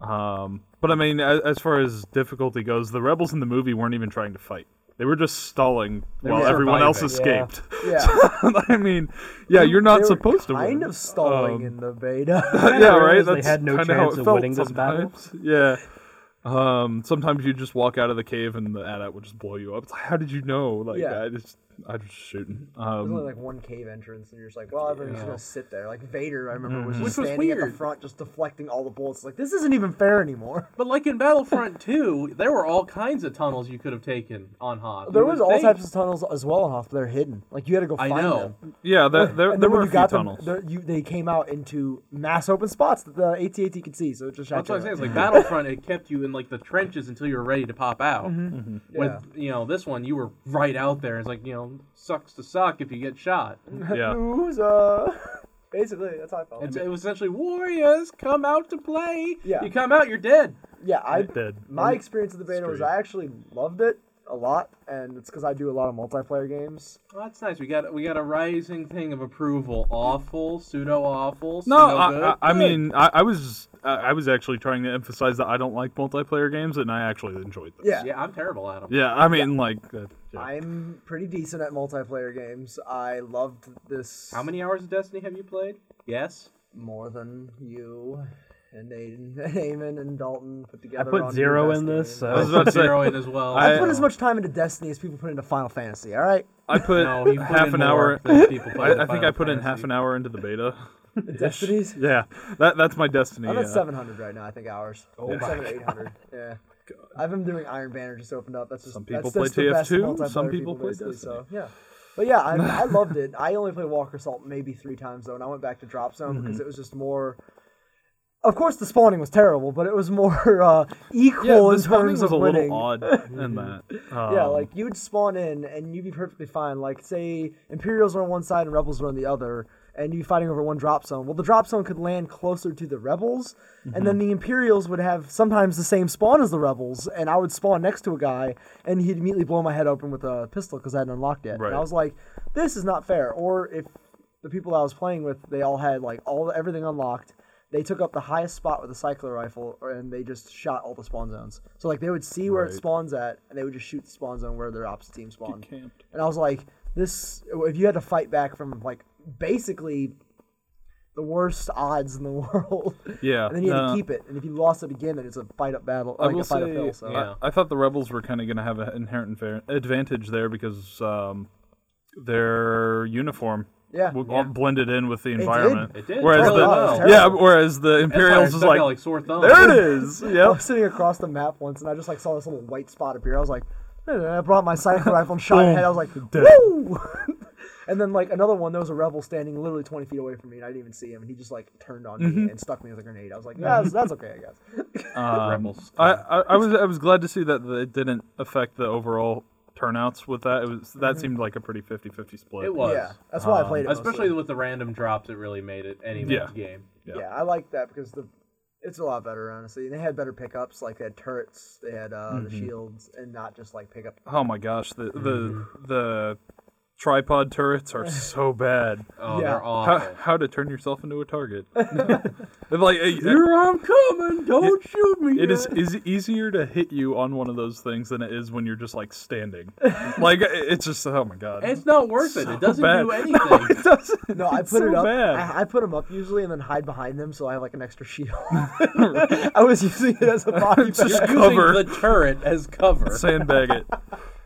Speaker 4: Um, but I mean, as, as far as difficulty goes, the rebels in the movie weren't even trying to fight. They were just stalling while
Speaker 1: were
Speaker 4: everyone else
Speaker 5: surviving. Yeah.
Speaker 4: escaped.
Speaker 3: Yeah,
Speaker 4: [laughs] I mean, yeah, you're
Speaker 3: They
Speaker 4: not
Speaker 3: were
Speaker 4: supposed to win.
Speaker 3: Kind of stalling
Speaker 4: Um,
Speaker 3: in the
Speaker 4: [laughs]
Speaker 3: beta.
Speaker 4: yeah, right.
Speaker 5: realized they
Speaker 4: That's
Speaker 5: had no
Speaker 4: kinda
Speaker 5: chance
Speaker 4: how it
Speaker 5: of
Speaker 4: felt
Speaker 5: winning this battle.
Speaker 4: sometimes. [laughs] Yeah. Um, sometimes you just walk out of the cave and the AT-AT would just blow you up. It's like, how did you know? Like,
Speaker 3: Yeah.
Speaker 4: I just I was just shooting.
Speaker 3: There's only
Speaker 4: Um,
Speaker 3: like one cave entrance, and you're just like, well, everyone's just gonna sit there. Like Vader, I remember
Speaker 4: Mm-hmm.
Speaker 3: was
Speaker 1: Which
Speaker 3: just
Speaker 1: was
Speaker 3: standing at
Speaker 1: weird.
Speaker 3: the front, just deflecting all the bullets. Like this isn't even fair anymore.
Speaker 1: But like in Battlefront 2, there were all kinds of tunnels you could have taken on Hoth.
Speaker 3: [laughs] There
Speaker 1: You
Speaker 3: was
Speaker 1: would
Speaker 3: all
Speaker 1: think-
Speaker 3: types of tunnels as well in Hoth, but they're hidden. Like you had to go
Speaker 1: I
Speaker 3: find
Speaker 1: know.
Speaker 3: them.
Speaker 4: yeah, there, there,
Speaker 3: and then
Speaker 4: there were
Speaker 3: when
Speaker 4: a
Speaker 3: you
Speaker 4: few
Speaker 3: got them,
Speaker 4: tunnels.
Speaker 3: there- you, they came out into mass open spots that the AT-AT could see, so it just shot
Speaker 1: That's what I'm
Speaker 3: you
Speaker 1: saying.
Speaker 3: out.
Speaker 1: It's like Battlefront, it kept you in like the trenches until you were ready to pop out.
Speaker 4: Mm-hmm.
Speaker 1: With
Speaker 3: Yeah.
Speaker 1: you know this one, you were right out there. It's like you know sucks to suck if you get shot.
Speaker 4: yeah.
Speaker 3: Loser. [laughs] Basically, that's how I felt.
Speaker 1: It's, it was essentially warriors come out to play.
Speaker 3: Yeah.
Speaker 1: You come out, you're dead.
Speaker 3: yeah, I
Speaker 4: Dead.
Speaker 3: my experience of the beta was
Speaker 4: Straight.
Speaker 3: I actually loved it a lot, and it's because I do a lot of multiplayer games.
Speaker 1: Well, that's nice. We got we got a rising thing of approval. Awful, pseudo awful.
Speaker 4: No,
Speaker 1: good,
Speaker 4: I, I, I
Speaker 1: good.
Speaker 4: mean, I, I was, I, I was actually trying to emphasize that I don't like multiplayer games, and I actually enjoyed them.
Speaker 3: Yeah,
Speaker 1: yeah, I'm terrible at them.
Speaker 4: Yeah, I mean, like, uh, yeah.
Speaker 3: I'm pretty decent at multiplayer games. I loved this
Speaker 1: How many hours of Destiny have you played? Yes.
Speaker 3: more than you and Aiden, [laughs] and Eamon and Dalton put together.
Speaker 5: put
Speaker 3: on your
Speaker 5: zero in
Speaker 3: Destiny.
Speaker 5: this, so-
Speaker 4: I was about
Speaker 1: Put
Speaker 4: to say,
Speaker 1: zero in as well.
Speaker 4: I-
Speaker 3: I put as much time into Destiny as people put into Final Fantasy. All right,
Speaker 4: I put
Speaker 1: No, you put
Speaker 4: half
Speaker 1: in
Speaker 4: an
Speaker 1: more
Speaker 4: hour.
Speaker 1: than people
Speaker 4: [laughs]
Speaker 1: play
Speaker 4: I,
Speaker 1: the
Speaker 4: I think
Speaker 1: Final
Speaker 4: I put in half
Speaker 1: Fantasy.
Speaker 4: an hour into the beta. [laughs]
Speaker 3: Destinies.
Speaker 4: Yeah, that, that's my destiny.
Speaker 3: I'm
Speaker 4: uh,
Speaker 3: at 700 right now, I think, hours. Oh,
Speaker 4: my
Speaker 3: 700, 800. Yeah. I've been doing Iron Banner just opened up. That's just
Speaker 4: Some
Speaker 3: that's
Speaker 4: people play
Speaker 3: just the best
Speaker 4: TF2, some
Speaker 3: multiplayer
Speaker 4: people play
Speaker 3: basically,
Speaker 4: Destiny.
Speaker 3: So yeah, but yeah, I,
Speaker 4: [laughs]
Speaker 3: I loved it. I only played Walker Assault maybe three times though, and I went back to Drop Zone
Speaker 4: Mm-hmm.
Speaker 3: because it was just more. Of course, the spawning was terrible, but it was more [laughs] uh, equal
Speaker 4: yeah,
Speaker 3: in
Speaker 4: this
Speaker 3: terms
Speaker 4: was
Speaker 3: of
Speaker 4: a
Speaker 3: winning.
Speaker 4: little odd
Speaker 3: [laughs]
Speaker 4: in that.
Speaker 3: Yeah,
Speaker 4: Um,
Speaker 3: like you'd spawn in and you'd be perfectly fine. Like say Imperials were on one side and Rebels were on the other, and you fighting over one drop zone. Well, the drop zone could land closer to the Rebels, and
Speaker 4: Mhm.
Speaker 3: then the Imperials would have sometimes the same spawn as the Rebels, and I would spawn next to a guy, and he'd immediately blow my head open with a pistol because I hadn't unlocked it. And
Speaker 4: Right.
Speaker 3: I was like, this is not fair. Or if the people I was playing with, they all had like all everything unlocked. They took up the highest spot with a cycler rifle, or- and they just shot all the spawn zones. So like they would see where it
Speaker 4: Right.
Speaker 3: spawns at, and they would just shoot the spawn zone where their ops team spawned.
Speaker 4: camped.
Speaker 3: And I was like, this. If you had to fight back from like basically the worst odds in the [laughs] world,
Speaker 4: Yeah,
Speaker 3: and then you had
Speaker 4: uh,
Speaker 3: to keep it. And if you lost it again, then it's a fight up battle,
Speaker 4: I
Speaker 3: like
Speaker 4: will
Speaker 3: a fight
Speaker 4: say,
Speaker 3: up hill. So
Speaker 1: yeah.
Speaker 4: I, I thought the rebels were kind of going to have an inherent infer- advantage there because um, their uniform
Speaker 3: Yeah.
Speaker 4: w- all blended in with the
Speaker 3: did.
Speaker 4: environment.
Speaker 1: It did.
Speaker 4: Whereas
Speaker 1: Oh,
Speaker 4: the
Speaker 1: wow, it's
Speaker 4: yeah,
Speaker 3: terrible.
Speaker 4: whereas the
Speaker 1: Empire
Speaker 4: Imperials is
Speaker 1: stuck
Speaker 4: like,
Speaker 1: out like sore thumb.
Speaker 4: there it
Speaker 3: [laughs]
Speaker 4: is.
Speaker 3: I
Speaker 4: Yep.
Speaker 3: was sitting across the map once, and I just like saw this little white spot appear. I was like, "Hey," and I brought my sniper rifle and shot it. head. I was like, woo! [laughs] and then like another one, there was a rebel standing literally 20 feet away from me, and I didn't even see him. And he just like turned on me and stuck me with a grenade. I was like, yeah, that's, that's okay, I guess.
Speaker 4: Um,
Speaker 1: Rebels.
Speaker 4: I, I, I was I was glad to see that it didn't affect the overall turnouts with that. It was that
Speaker 3: Mm-hmm.
Speaker 4: seemed like a pretty 50-50 split.
Speaker 1: It was. Um,
Speaker 3: yeah, that's why I played it.
Speaker 1: Especially
Speaker 3: mostly.
Speaker 1: with the random drops, it really made it anyone's game.
Speaker 4: yeah.
Speaker 3: yeah, I like that because the it's a lot better, honestly. And they had better pickups, like they had turrets, they had uh, the shields, and not just like pickup.
Speaker 4: Oh my gosh, the the the tripod
Speaker 3: [laughs]
Speaker 4: turrets are so bad.
Speaker 1: Oh,
Speaker 3: Yeah.
Speaker 1: they're
Speaker 4: How,
Speaker 1: awful.
Speaker 4: how to turn yourself into a target? [laughs] They're like eh, eh,
Speaker 1: I'm coming. Don't shoot me.
Speaker 4: It is is easier to hit you on one of those things than it is when you're just
Speaker 3: [laughs]
Speaker 4: like standing. like it- it's just oh my god.
Speaker 1: It's not worth it.
Speaker 4: so
Speaker 1: It doesn't
Speaker 4: bad. [laughs]
Speaker 1: do anything.
Speaker 4: No,
Speaker 3: [laughs]
Speaker 4: it doesn't.
Speaker 3: No, I put
Speaker 4: It's so
Speaker 3: it up.
Speaker 4: Bad.
Speaker 3: I, I put them up usually, and then hide behind them, so I have like an extra
Speaker 4: [laughs]
Speaker 3: shield. [laughs] I was using it as a body.
Speaker 4: Just
Speaker 3: bag.
Speaker 1: Using
Speaker 4: cover.
Speaker 1: the turret as cover.
Speaker 3: [laughs]
Speaker 4: Sandbag it.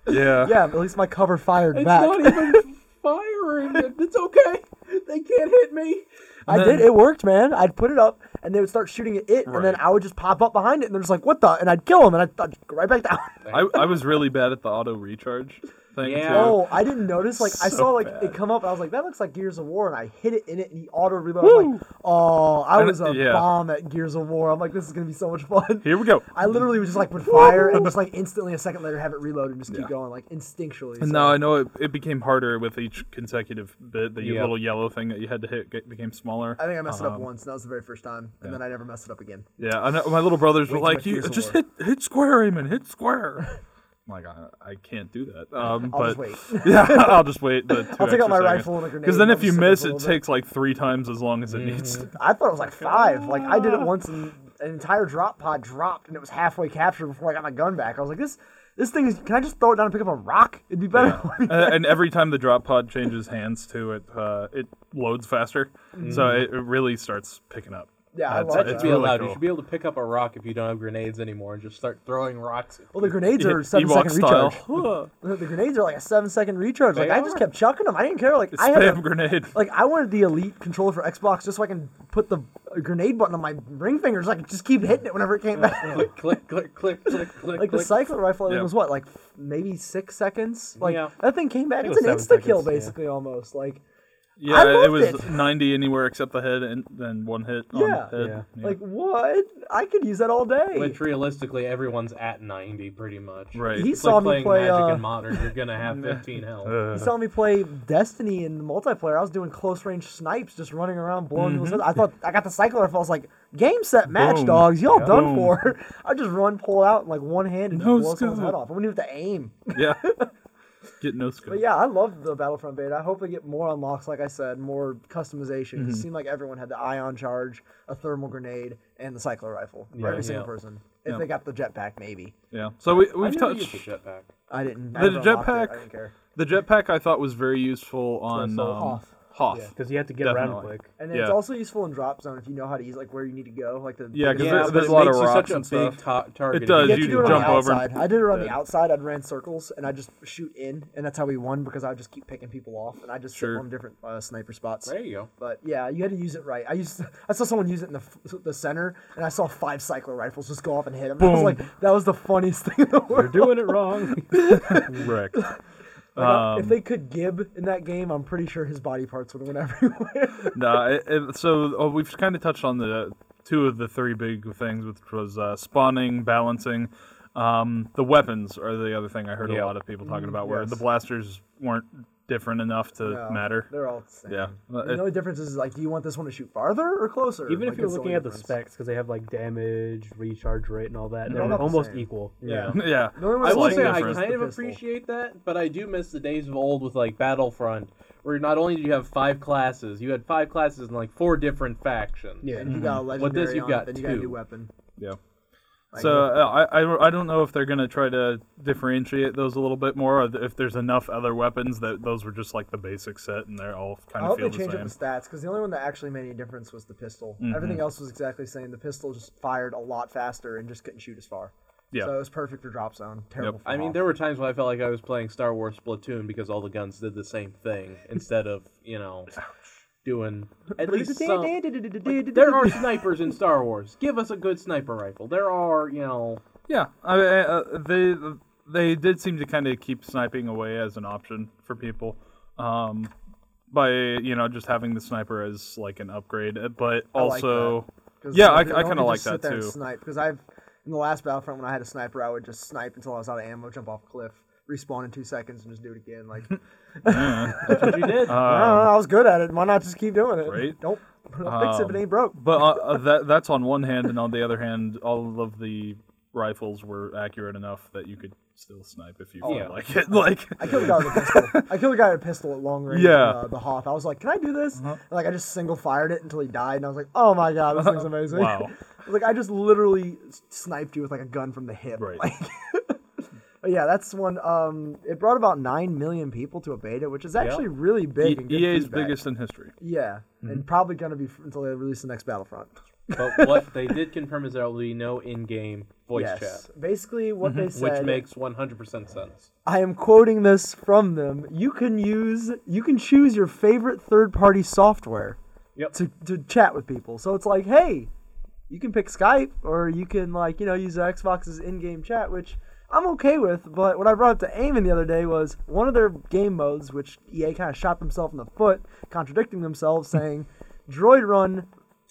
Speaker 4: Yeah.
Speaker 3: Yeah, but at least my cover fired
Speaker 1: It's
Speaker 3: back.
Speaker 1: not even firing. it. It's okay. They can't hit me.
Speaker 3: I
Speaker 4: then-
Speaker 3: did. It worked, man. I'd put it up, and they would start shooting at it, and then
Speaker 4: Right.
Speaker 3: I would just pop up behind it, and they're just like, "What the?" And I'd kill them, and I'd, I'd go right back
Speaker 4: [laughs]
Speaker 3: down. [laughs]
Speaker 4: I, I was really bad at the auto recharge thing
Speaker 1: Yeah.
Speaker 4: too.
Speaker 3: Oh, I didn't notice. Like I
Speaker 4: So
Speaker 3: saw like
Speaker 4: bad.
Speaker 3: it come up, and I was like, "That looks like Gears of War," and I hit it in it, and he auto reloaded. I'm like, oh, I
Speaker 4: And-
Speaker 3: was a
Speaker 4: yeah.
Speaker 3: bomb at Gears of War. I'm like, this is gonna be so much fun.
Speaker 4: Here we go.
Speaker 3: I literally was just like would fire and just like instantly a second later have it reload and just keep going like instinctually.
Speaker 4: And
Speaker 3: so-
Speaker 4: now I know it, it became harder with each consecutive bit. The
Speaker 1: Yeah.
Speaker 4: little yellow thing that you had to hit get, became smaller.
Speaker 3: I think I messed
Speaker 4: um,
Speaker 3: it up once. And that was the very first time, and then I never messed it up again.
Speaker 4: Yeah, I know, my little brothers
Speaker 3: Way
Speaker 4: were
Speaker 3: too
Speaker 4: like,
Speaker 3: much
Speaker 4: "You
Speaker 3: Gears of
Speaker 4: just
Speaker 3: War."
Speaker 4: hit hit square, Eamon, hit square." [laughs] I'm like, I, I can't do that. Um,
Speaker 3: I'll
Speaker 4: but
Speaker 3: just wait.
Speaker 4: [laughs] yeah, I'll just
Speaker 3: [laughs]
Speaker 4: wait. The
Speaker 3: I'll take out my rifle and a grenade
Speaker 4: Because then
Speaker 3: and I'll
Speaker 4: if you
Speaker 3: just sit there
Speaker 4: miss,
Speaker 3: for a
Speaker 4: it
Speaker 3: little bit. Mm.
Speaker 4: takes like three times as long as it needs. [laughs] To.
Speaker 3: I thought it was like five. Like I did it once, and an entire drop pod dropped, and it was halfway captured before I got my gun back. I was like, this this thing is. Can I just throw it down and pick up a rock? It'd be better.
Speaker 4: Uh, and every time the drop pod
Speaker 3: Mm.
Speaker 4: changes hands too, it uh, it loads faster, so it, it really starts picking up.
Speaker 3: [laughs] Yeah, I
Speaker 4: That's-
Speaker 3: love
Speaker 1: That should
Speaker 4: it's
Speaker 1: be
Speaker 4: really
Speaker 1: allowed.
Speaker 4: cool.
Speaker 1: You should be able to pick up a rock if you don't have grenades anymore and just start throwing rocks.
Speaker 3: Well, the grenades
Speaker 4: Hit
Speaker 3: are seven
Speaker 4: E, Ewok
Speaker 3: second recharge.
Speaker 4: style.
Speaker 3: The grenades are like a seven second recharge. Like
Speaker 1: They
Speaker 3: I just
Speaker 1: are.
Speaker 3: kept chucking them. I didn't care. Like I had
Speaker 4: Spam
Speaker 3: a-
Speaker 4: grenade.
Speaker 3: like [laughs] I wanted the elite controller for Xbox just so I can put the grenade button on my ring finger so I could just keep hitting it whenever it came back.
Speaker 1: click, click, click, click, [laughs] click, click.
Speaker 3: [laughs] Like the
Speaker 1: click.
Speaker 3: cycler rifle I think,
Speaker 4: Yeah.
Speaker 3: was what, like f- maybe six seconds. Like
Speaker 1: Yeah.
Speaker 3: that thing came back.
Speaker 5: It
Speaker 3: It's an
Speaker 5: was
Speaker 3: insta
Speaker 5: seven
Speaker 3: kill
Speaker 5: seconds, yeah.
Speaker 3: basically almost. Like
Speaker 4: Yeah,
Speaker 3: loved
Speaker 4: it was
Speaker 3: it.
Speaker 4: 90 anywhere except the head and then one hit on
Speaker 3: Yeah.
Speaker 4: the head.
Speaker 5: Yeah.
Speaker 3: like what? I could use that all day.
Speaker 1: Which realistically, everyone's at 90 pretty much.
Speaker 4: right.
Speaker 3: He
Speaker 1: It's
Speaker 3: saw
Speaker 1: like
Speaker 3: me
Speaker 1: playing
Speaker 3: play.
Speaker 1: Magic
Speaker 3: uh,
Speaker 1: and Modern. You're gonna [laughs] have 15 health.
Speaker 3: he [laughs]
Speaker 4: Uh,
Speaker 3: saw me play Destiny in the multiplayer. I was doing close range snipes, just running around blowing. people's heads. I thought I got the cycler rifle. I was like, game set match,
Speaker 4: Boom.
Speaker 3: dogs. Y'all
Speaker 4: Yeah.
Speaker 3: done
Speaker 4: Boom.
Speaker 3: for. [laughs] I just run, pull out, and like one hand and
Speaker 4: No
Speaker 3: blow someone's
Speaker 4: scope.
Speaker 3: head off. I wouldn't even have to aim.
Speaker 4: yeah. Get no scope.
Speaker 3: But yeah, I love the Battlefront beta. I hope they get more unlocks, like I said, more customization.
Speaker 4: Mm-hmm.
Speaker 3: It seemed like everyone had the ion charge, a thermal grenade, and the cycler rifle. Every
Speaker 1: Right.
Speaker 3: single
Speaker 1: Yeah.
Speaker 3: person. If
Speaker 4: Yeah.
Speaker 3: they got the jetpack, maybe.
Speaker 4: Yeah. So we,
Speaker 1: I
Speaker 4: we've
Speaker 1: never used
Speaker 4: touched.
Speaker 1: the jetpack.
Speaker 3: I didn't. I
Speaker 4: The
Speaker 3: never unlocked it. I
Speaker 4: jetpack-
Speaker 3: didn't care.
Speaker 4: The jetpack I thought was very useful on
Speaker 3: so
Speaker 4: um,
Speaker 3: Hoth.
Speaker 4: Hoth.
Speaker 5: Yeah, because you have to get around
Speaker 4: Definitely.
Speaker 5: quick.
Speaker 3: And then it's [laughs]
Speaker 4: Yeah.
Speaker 3: also useful in drop zone if you know how to use like where you need to go, like the
Speaker 4: Yeah, 'cause
Speaker 3: biggest-
Speaker 4: there-
Speaker 1: but
Speaker 4: there's
Speaker 1: it
Speaker 4: a lot of
Speaker 1: makes you
Speaker 4: rocks
Speaker 1: such a
Speaker 4: and
Speaker 1: big
Speaker 4: stuff.
Speaker 1: ta- target.
Speaker 4: It does,
Speaker 1: if
Speaker 3: You have
Speaker 4: you
Speaker 3: to do it on
Speaker 4: jump
Speaker 3: the
Speaker 4: over and
Speaker 3: outside. I did it on the
Speaker 4: dead.
Speaker 3: outside. I'd ran circles and I just shoot in, and that's how we won because I would just keep picking people off, and I just
Speaker 4: Sure.
Speaker 3: hit on different uh, sniper spots.
Speaker 1: There you go.
Speaker 3: But yeah, you had to use it right. I used [laughs] I saw someone use it in the f- the center, and I saw five cycler rifles just go off and hit him. I was
Speaker 4: Boom.
Speaker 3: like, that was the funniest [laughs] thing in the
Speaker 5: You're
Speaker 3: world.
Speaker 5: doing it wrong.
Speaker 4: Wrecked.
Speaker 3: Like, if they could Gib in that game, I'm pretty sure his body parts would have went [laughs] everywhere.
Speaker 4: no, it, it, so uh, we've kind of touched on the two of the three big things, which was uh, spawning, balancing. Um, the weapons are the other thing I heard
Speaker 1: Yeah.
Speaker 4: a lot of people talking about, where
Speaker 3: yes.
Speaker 4: the blasters weren't different enough to
Speaker 3: No,
Speaker 4: matter. [laughs]
Speaker 3: They're all the same.
Speaker 4: Yeah. Uh,
Speaker 3: The
Speaker 4: it-
Speaker 3: only difference is like, do you want this one to shoot farther or closer?
Speaker 5: Even if
Speaker 3: Like,
Speaker 5: you're
Speaker 3: that's
Speaker 5: looking
Speaker 3: only
Speaker 5: at the
Speaker 3: difference.
Speaker 5: specs, because they have like damage, recharge rate, and all that, they're
Speaker 3: about the
Speaker 5: almost
Speaker 3: same.
Speaker 5: equal.
Speaker 1: Yeah.
Speaker 4: yeah.
Speaker 3: The only one
Speaker 1: I
Speaker 3: that's
Speaker 1: will
Speaker 4: Slight
Speaker 1: say I
Speaker 4: difference.
Speaker 1: kind
Speaker 3: The
Speaker 1: of
Speaker 3: pistol.
Speaker 1: appreciate that, but I do miss the days of old with like Battlefront, where not only did you have five classes, you had five classes and like four different factions.
Speaker 5: Yeah.
Speaker 3: And you got a legendary
Speaker 1: With this, you've
Speaker 3: on it,
Speaker 1: got
Speaker 3: then you got a new
Speaker 1: two.
Speaker 3: weapon.
Speaker 4: Yeah. So uh, I, I I don't know if they're gonna try to differentiate those a little bit more, or if there's enough other weapons that those were just like the basic set and they're all
Speaker 3: I,
Speaker 4: kind of
Speaker 3: hope
Speaker 4: feel
Speaker 3: they
Speaker 4: the
Speaker 3: change up
Speaker 4: same. Mm-hmm.
Speaker 3: the stats because the only one that actually made any difference was the pistol. Everything else was exactly the same. The pistol just fired a lot faster and just couldn't shoot as far.
Speaker 4: Yeah.
Speaker 3: So it was perfect for drop zone. Terrible. For
Speaker 1: I mean,
Speaker 3: off.
Speaker 1: there were times when I felt like I was playing Star Wars Splatoon because all the guns did the same
Speaker 4: [laughs]
Speaker 1: thing instead of you know doing at least some. There are snipers in Star Wars. Give us a good sniper rifle. There are you know
Speaker 4: Yeah, I, I, uh, they they did seem to kind of keep sniping away as an option for people, um, by you know just having the sniper as like an upgrade, uh, but
Speaker 3: like that.
Speaker 4: also
Speaker 3: 'Cause
Speaker 4: yeah,
Speaker 3: you
Speaker 4: I,
Speaker 3: don't
Speaker 4: I
Speaker 3: get
Speaker 4: kind
Speaker 3: to
Speaker 4: of like
Speaker 3: just sit
Speaker 4: that
Speaker 3: there and
Speaker 4: too.
Speaker 3: Snipe because I've in the last Battlefront when I had a sniper, I would just snipe until I was out of ammo, jump off a cliff, respawn in two seconds, and just do it again.
Speaker 4: [laughs]
Speaker 3: Like [laughs]
Speaker 1: that's what you did.
Speaker 3: I, don't know, I was good at it. Why not just keep doing it?
Speaker 4: Right?
Speaker 3: Don't, don't [laughs] fix it if it ain't broke.
Speaker 4: But uh, uh, that that's on one hand, and on the other hand, all of the rifles were accurate enough that you could still snipe if you
Speaker 3: Oh,
Speaker 4: felt
Speaker 1: yeah.
Speaker 4: like it. [laughs] Like
Speaker 3: I killed a guy with a pistol. I killed a guy with a pistol at long range.
Speaker 4: Yeah.
Speaker 3: Uh, the Hoth. I was like, can I do this? And, like I just single fired it until he died, and I was like, oh my god, this thing's amazing.
Speaker 4: Wow.
Speaker 3: I was [laughs] like I just literally s- sniped you with like a gun from the hip.
Speaker 4: Right.
Speaker 3: Like, [laughs] but yeah, that's one. Um, it brought about nine million people to a beta, which is actually really big. and good
Speaker 4: EA's
Speaker 3: feedback.
Speaker 4: E, biggest in history.
Speaker 3: Yeah, and probably gonna be f- until they release the next Battlefront.
Speaker 1: but what they did confirm is there will be no in-game voice
Speaker 3: yes.
Speaker 1: chat,
Speaker 3: Basically, what they said.
Speaker 1: which makes 100% sense.
Speaker 3: I am quoting this from them. You can use, you can choose your favorite third-party software
Speaker 1: Yep.
Speaker 3: to, to chat with people. So it's like, hey, you can pick Skype or you can like, you know, use Xbox's in-game chat, which I'm okay with. But what I brought up to Eamon the other day was one of their game modes, which EA kind of shot themselves in the foot, contradicting themselves, saying, [laughs] "Droid Run."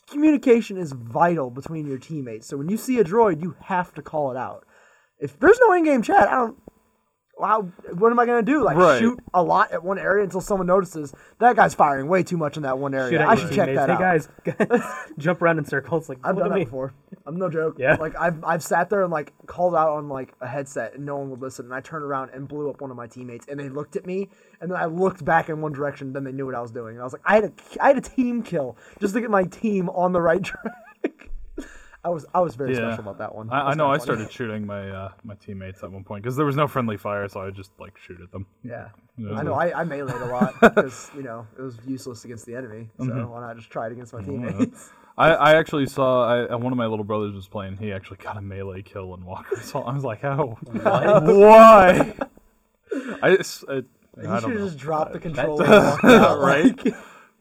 Speaker 3: Communication is vital between your teammates. So when you see a droid, you have to call it out. If there's no in-game chat, I don't wow, what am I gonna do? Like
Speaker 4: Right.
Speaker 3: shoot a lot at one area until someone notices that guy's firing way too much in that one area.
Speaker 5: Shoot at
Speaker 3: I
Speaker 5: your
Speaker 3: should check
Speaker 5: teammates.
Speaker 3: that out.
Speaker 5: hey guys, [laughs] guys, jump around in circles. Like
Speaker 3: I've
Speaker 5: look
Speaker 3: done
Speaker 5: at
Speaker 3: that
Speaker 5: me.
Speaker 3: before. I'm no joke.
Speaker 5: Yeah.
Speaker 3: Like I've I've sat there and like called out on like a headset and no one would listen. And I turned around and blew up one of my teammates and they looked at me and then I looked back in one direction. Then they knew what I was [laughs] doing. And I was like, I had a I had a team kill just to get my team on the right track. I was I was very
Speaker 4: Yeah.
Speaker 3: special about that one.
Speaker 4: I, I
Speaker 3: That's
Speaker 4: know
Speaker 3: kinda
Speaker 4: I
Speaker 3: funny.
Speaker 4: started shooting my uh, my teammates at one point because there was no friendly fire, so I would just like shoot at them.
Speaker 3: [laughs] Yeah.
Speaker 4: Yeah.
Speaker 3: I know I, I meleeed a
Speaker 4: [laughs]
Speaker 3: lot because you know it was useless against the enemy, so
Speaker 4: Mm-hmm.
Speaker 3: why not just try it against my teammates?
Speaker 4: I, I actually saw I, uh, one of my little brothers was playing. He actually got a melee kill in [laughs] Walker Assault. I was like, how? [laughs] Why? I, s- I- I
Speaker 3: you
Speaker 4: don't
Speaker 3: should
Speaker 4: know.
Speaker 3: just drop the controller.
Speaker 4: [laughs] right?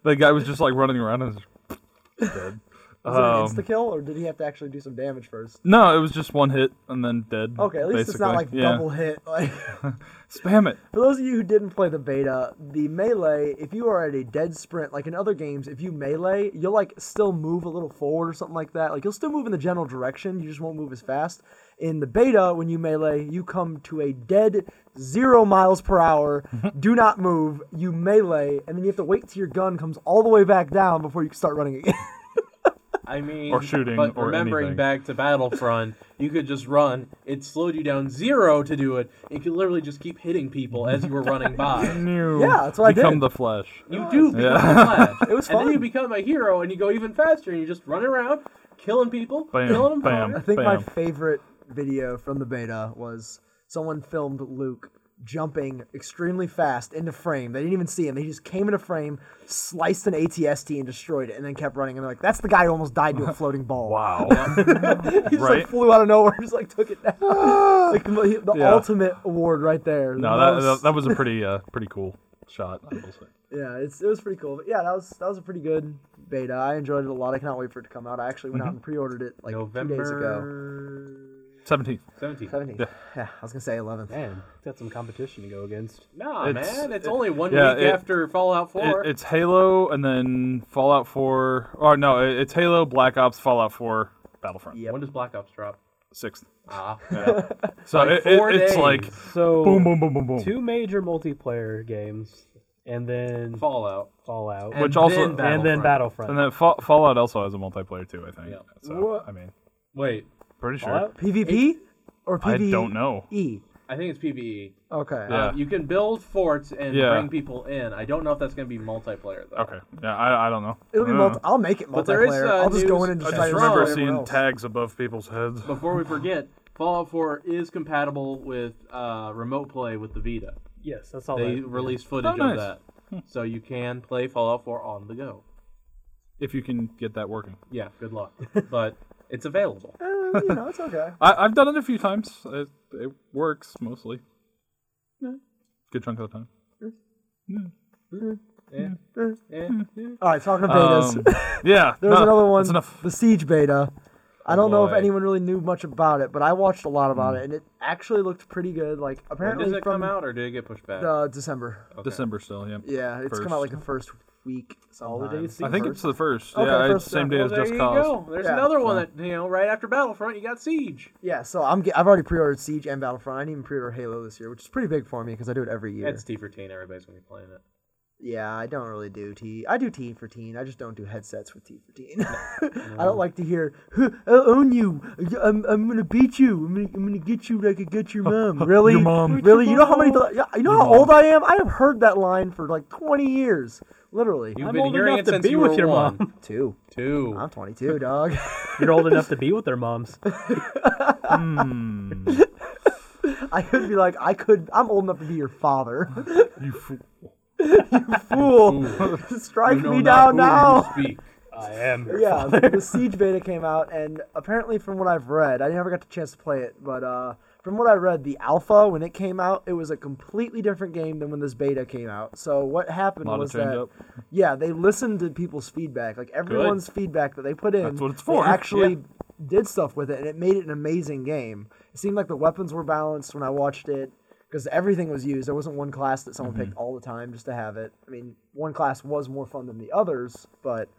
Speaker 4: the guy was just like running around and was dead.
Speaker 3: Was it
Speaker 4: Um,
Speaker 3: an insta kill, or did he have to actually do some damage first?
Speaker 4: no, it was just one hit and then dead.
Speaker 3: Okay, at least it's not like
Speaker 4: basically.
Speaker 3: double hit. Like, [laughs] for
Speaker 4: Spam it.
Speaker 3: those of you who didn't play the beta, the melee, if you are at a dead sprint, like in other games, if you melee, you'll like still move a little forward or something like that. Like you'll still move in the general direction, you just won't move as fast. In the beta, when you melee, you come to a dead zero miles per
Speaker 1: [laughs]
Speaker 3: hour. do not move. You melee, and then you have to wait till your gun comes all the way back down before you can start running again. [laughs]
Speaker 1: I mean,
Speaker 4: Or shooting
Speaker 1: but
Speaker 4: or
Speaker 1: remembering
Speaker 4: anything.
Speaker 1: back to Battlefront, you could just run. It slowed you down zero to do it. You could literally just keep hitting people as you were running by.
Speaker 3: Yeah, that's what I
Speaker 4: Become
Speaker 3: did.
Speaker 4: the flesh.
Speaker 1: You
Speaker 4: [laughs]
Speaker 1: do become a Flash.
Speaker 3: It was
Speaker 1: And then you
Speaker 3: fun.
Speaker 1: become a hero, and you go even faster, and you just run around, killing people,
Speaker 4: Bam,
Speaker 1: killing them.
Speaker 4: bam.
Speaker 1: harder.
Speaker 3: I think my
Speaker 4: Bam.
Speaker 3: favorite video from the beta was someone filmed Luke jumping extremely fast into frame. They didn't even see him. They just came into frame, sliced an ATST and destroyed it, and then kept running. And they're like, "That's the guy who almost died
Speaker 4: [laughs]
Speaker 3: to a floating ball."
Speaker 4: Wow.
Speaker 3: [laughs] he just
Speaker 4: [laughs] Right.
Speaker 3: like flew out of nowhere, just like took it down.
Speaker 4: [gasps]
Speaker 3: like the, the
Speaker 4: Yeah.
Speaker 3: ultimate award right there.
Speaker 4: no, that, that, that was a pretty uh, pretty cool shot. I will say.
Speaker 3: yeah, it's, it was pretty cool. But yeah, that was that was a pretty good beta. I enjoyed it a lot. I cannot wait for it to come out. I actually went
Speaker 4: Mm-hmm.
Speaker 3: out and pre-ordered it like two days ago.
Speaker 1: November
Speaker 4: Seventeenth.
Speaker 1: seventeenth.
Speaker 3: 17th. Yeah. I was gonna say 11th.
Speaker 5: Man, it's got some competition to go against.
Speaker 1: Nah,
Speaker 4: It's-
Speaker 1: man, it's only one
Speaker 4: yeah,
Speaker 1: week
Speaker 4: it-
Speaker 1: after Fallout Four.
Speaker 4: It, it's Halo and then Fallout 4. Or no, it- it's Halo, Black Ops, Fallout 4, Battlefront.
Speaker 3: Yep.
Speaker 1: When does Black Ops drop?
Speaker 4: Sixth. [laughs]
Speaker 1: Ah,
Speaker 4: So it, it-
Speaker 1: four
Speaker 4: it's
Speaker 1: days.
Speaker 4: like
Speaker 5: So
Speaker 4: boom, boom, boom, boom, boom.
Speaker 5: two major multiplayer games, and then
Speaker 1: Fallout.
Speaker 5: Fallout,
Speaker 1: And
Speaker 4: Which also-
Speaker 1: then
Speaker 4: and
Speaker 5: and then Battlefront.
Speaker 4: And then Fa- Fallout also has a multiplayer too, I think.
Speaker 1: Yeah.
Speaker 4: So
Speaker 3: What?
Speaker 4: I mean,
Speaker 1: Wait,
Speaker 4: pretty sure.
Speaker 5: Fallout?
Speaker 3: PvP or
Speaker 4: I
Speaker 3: PvE?
Speaker 4: don't know.
Speaker 3: E.
Speaker 1: I think it's PVE.
Speaker 3: Okay.
Speaker 4: Yeah.
Speaker 1: Uh, you can build forts and
Speaker 4: Yeah.
Speaker 1: bring people in. I don't know if that's going to be multiplayer though.
Speaker 4: Okay. Yeah, I, I don't know.
Speaker 3: It'll be
Speaker 4: I don't
Speaker 3: multi-
Speaker 4: know.
Speaker 3: I'll make it multiplayer.
Speaker 1: But there is, uh,
Speaker 3: I'll just go
Speaker 1: news-
Speaker 3: in and
Speaker 1: I
Speaker 3: just
Speaker 4: I
Speaker 3: try
Speaker 4: just
Speaker 3: to
Speaker 4: remember
Speaker 3: destroy everyone
Speaker 4: seeing
Speaker 3: else.
Speaker 4: tags above people's heads.
Speaker 1: Before we forget, [laughs] Fallout 4 is compatible with uh, remote play with the Vita.
Speaker 5: yes, that's all.
Speaker 1: They
Speaker 5: that-
Speaker 1: released footage
Speaker 4: nice.
Speaker 1: of that, so you can play Fallout 4 on the go.
Speaker 4: If you can get that working.
Speaker 1: Yeah, good [laughs] luck, but it's available.
Speaker 3: Eh, [laughs] you know, it's okay.
Speaker 4: I, I've done it a few times. It, it works mostly. Good chunk of the time.
Speaker 1: Eh,
Speaker 3: All right, talking of betas. [laughs]
Speaker 4: Um, yeah.
Speaker 3: there was
Speaker 4: no,
Speaker 3: another one,
Speaker 4: That's enough.
Speaker 3: the Siege beta. I don't know if
Speaker 4: Boy.
Speaker 3: anyone really knew much about it, but I watched a lot about it, and it actually looked pretty good. Like
Speaker 1: When
Speaker 3: apparently
Speaker 1: does it
Speaker 3: from
Speaker 1: come out, or did it get pushed back?
Speaker 3: Uh, December.
Speaker 4: December still, yeah.
Speaker 3: Yeah, it's come
Speaker 4: First.
Speaker 3: out like the first week.
Speaker 5: Holiday
Speaker 3: Sometime.
Speaker 5: season.
Speaker 4: I think
Speaker 5: First.
Speaker 4: it's the first.
Speaker 3: Okay,
Speaker 4: yeah,
Speaker 3: first,
Speaker 4: it's
Speaker 3: yeah.
Speaker 4: same day
Speaker 1: well,
Speaker 4: as
Speaker 1: there
Speaker 4: Just
Speaker 1: you
Speaker 4: Cause.
Speaker 1: go. There's
Speaker 3: Yeah.
Speaker 1: another one that you know, right after Battlefront, you got Siege.
Speaker 3: Yeah, so I'm get, I've already pre-ordered Siege and Battlefront. I didn't even pre-order Halo this year, which is pretty big for me because I do it every year.
Speaker 1: It's T for teen. Everybody's gonna be playing it.
Speaker 3: Yeah, I don't really do T. I do T for teen. I just don't do headsets with T for teen. [laughs] I don't like to hear "Huh, "I'll own you. I'm, I'm gonna beat you. I'm gonna, I'm gonna get you like I get
Speaker 1: [laughs]
Speaker 3: your mom." Really,
Speaker 4: mom.
Speaker 3: really. You know how many? yeah, you know how old I am? I have heard that line for like 20 years, literally.
Speaker 1: You've
Speaker 5: I'm
Speaker 1: been
Speaker 5: old
Speaker 1: hearing
Speaker 5: enough
Speaker 1: it
Speaker 5: to
Speaker 1: since
Speaker 5: be
Speaker 1: you
Speaker 5: with
Speaker 1: were
Speaker 5: your
Speaker 1: one.
Speaker 5: mom.
Speaker 3: Two. [laughs]
Speaker 1: Two.
Speaker 3: I'm 22, dog.
Speaker 5: You're [laughs] old enough to be with their moms.
Speaker 3: I could be like, I could. I'm old enough to be your
Speaker 1: [laughs]
Speaker 3: father. [laughs]
Speaker 4: You fool.
Speaker 3: Fool, [laughs] strike
Speaker 1: You know
Speaker 3: me down
Speaker 1: not who you
Speaker 3: now.
Speaker 1: Speak.
Speaker 5: I am. Your
Speaker 3: yeah,
Speaker 4: [laughs]
Speaker 3: the, the Siege beta came out, and apparently, from what I've read, I never got the chance to play it, but uh, from what I read, the alpha when it came out, it was a completely different game than when this beta came out. So what happened
Speaker 4: Lot of
Speaker 3: was
Speaker 4: change
Speaker 3: that
Speaker 4: up.
Speaker 3: yeah, they listened to people's feedback, like everyone's feedback that they put in.
Speaker 4: That's what it's
Speaker 3: they
Speaker 4: for.
Speaker 3: actually
Speaker 4: Yeah.
Speaker 3: did stuff with it, and it made it an amazing game. It seemed like the weapons were balanced when I watched it. Because everything was used. There wasn't one class that someone
Speaker 4: Mm-hmm.
Speaker 3: picked all the time just to have it. I mean, one class was more fun than the others, but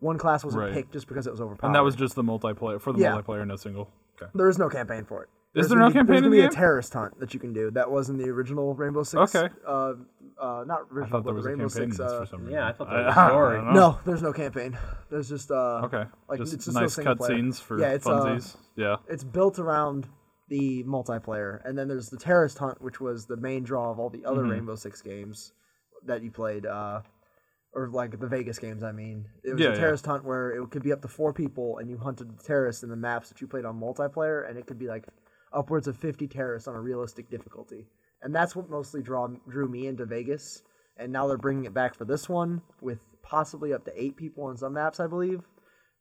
Speaker 3: one class wasn't
Speaker 4: Right.
Speaker 3: picked just because it was overpowered.
Speaker 4: And that was just the multiplayer for the
Speaker 3: Yeah.
Speaker 4: multiplayer, no single. Okay.
Speaker 3: there is no campaign for it.
Speaker 4: Is
Speaker 3: There's
Speaker 4: there
Speaker 3: gonna
Speaker 4: no
Speaker 3: be-
Speaker 4: campaign
Speaker 3: There's
Speaker 4: in
Speaker 3: gonna
Speaker 4: the
Speaker 3: be
Speaker 4: game?
Speaker 3: a terrorist hunt that you can do. That was in the original Rainbow Six.
Speaker 4: Okay.
Speaker 3: Uh, uh, not
Speaker 4: I
Speaker 3: original,
Speaker 4: thought
Speaker 3: but
Speaker 4: there was
Speaker 3: the
Speaker 4: a
Speaker 3: Rainbow
Speaker 4: campaign in
Speaker 3: Six.
Speaker 4: this
Speaker 3: Uh,
Speaker 4: for some reason.
Speaker 1: yeah, I thought there
Speaker 4: I-
Speaker 1: was a
Speaker 4: I
Speaker 1: story.
Speaker 4: don't know.
Speaker 3: no, there's no campaign. There's just uh.
Speaker 4: Okay.
Speaker 3: Like
Speaker 4: just,
Speaker 3: it's just no
Speaker 4: nice
Speaker 3: single player.
Speaker 4: cutscenes for
Speaker 3: Yeah, it's, uh,
Speaker 4: funsies. yeah.
Speaker 3: It's built around the multiplayer, and then there's the terrorist
Speaker 4: Mm-hmm.
Speaker 3: hunt, which was the main draw of all the other Rainbow Six games that you played. Uh, or like the Vegas games. I mean, it was
Speaker 4: Yeah,
Speaker 3: a
Speaker 4: yeah.
Speaker 3: terrorist hunt where it could be up to four people, and you hunted the terrorists in the maps that you played on multiplayer, and it could be like upwards of fifty terrorists on a realistic difficulty, and that's what mostly draw drew me into Vegas. And now they're bringing it back for this one with possibly up to eight people on some maps, I believe.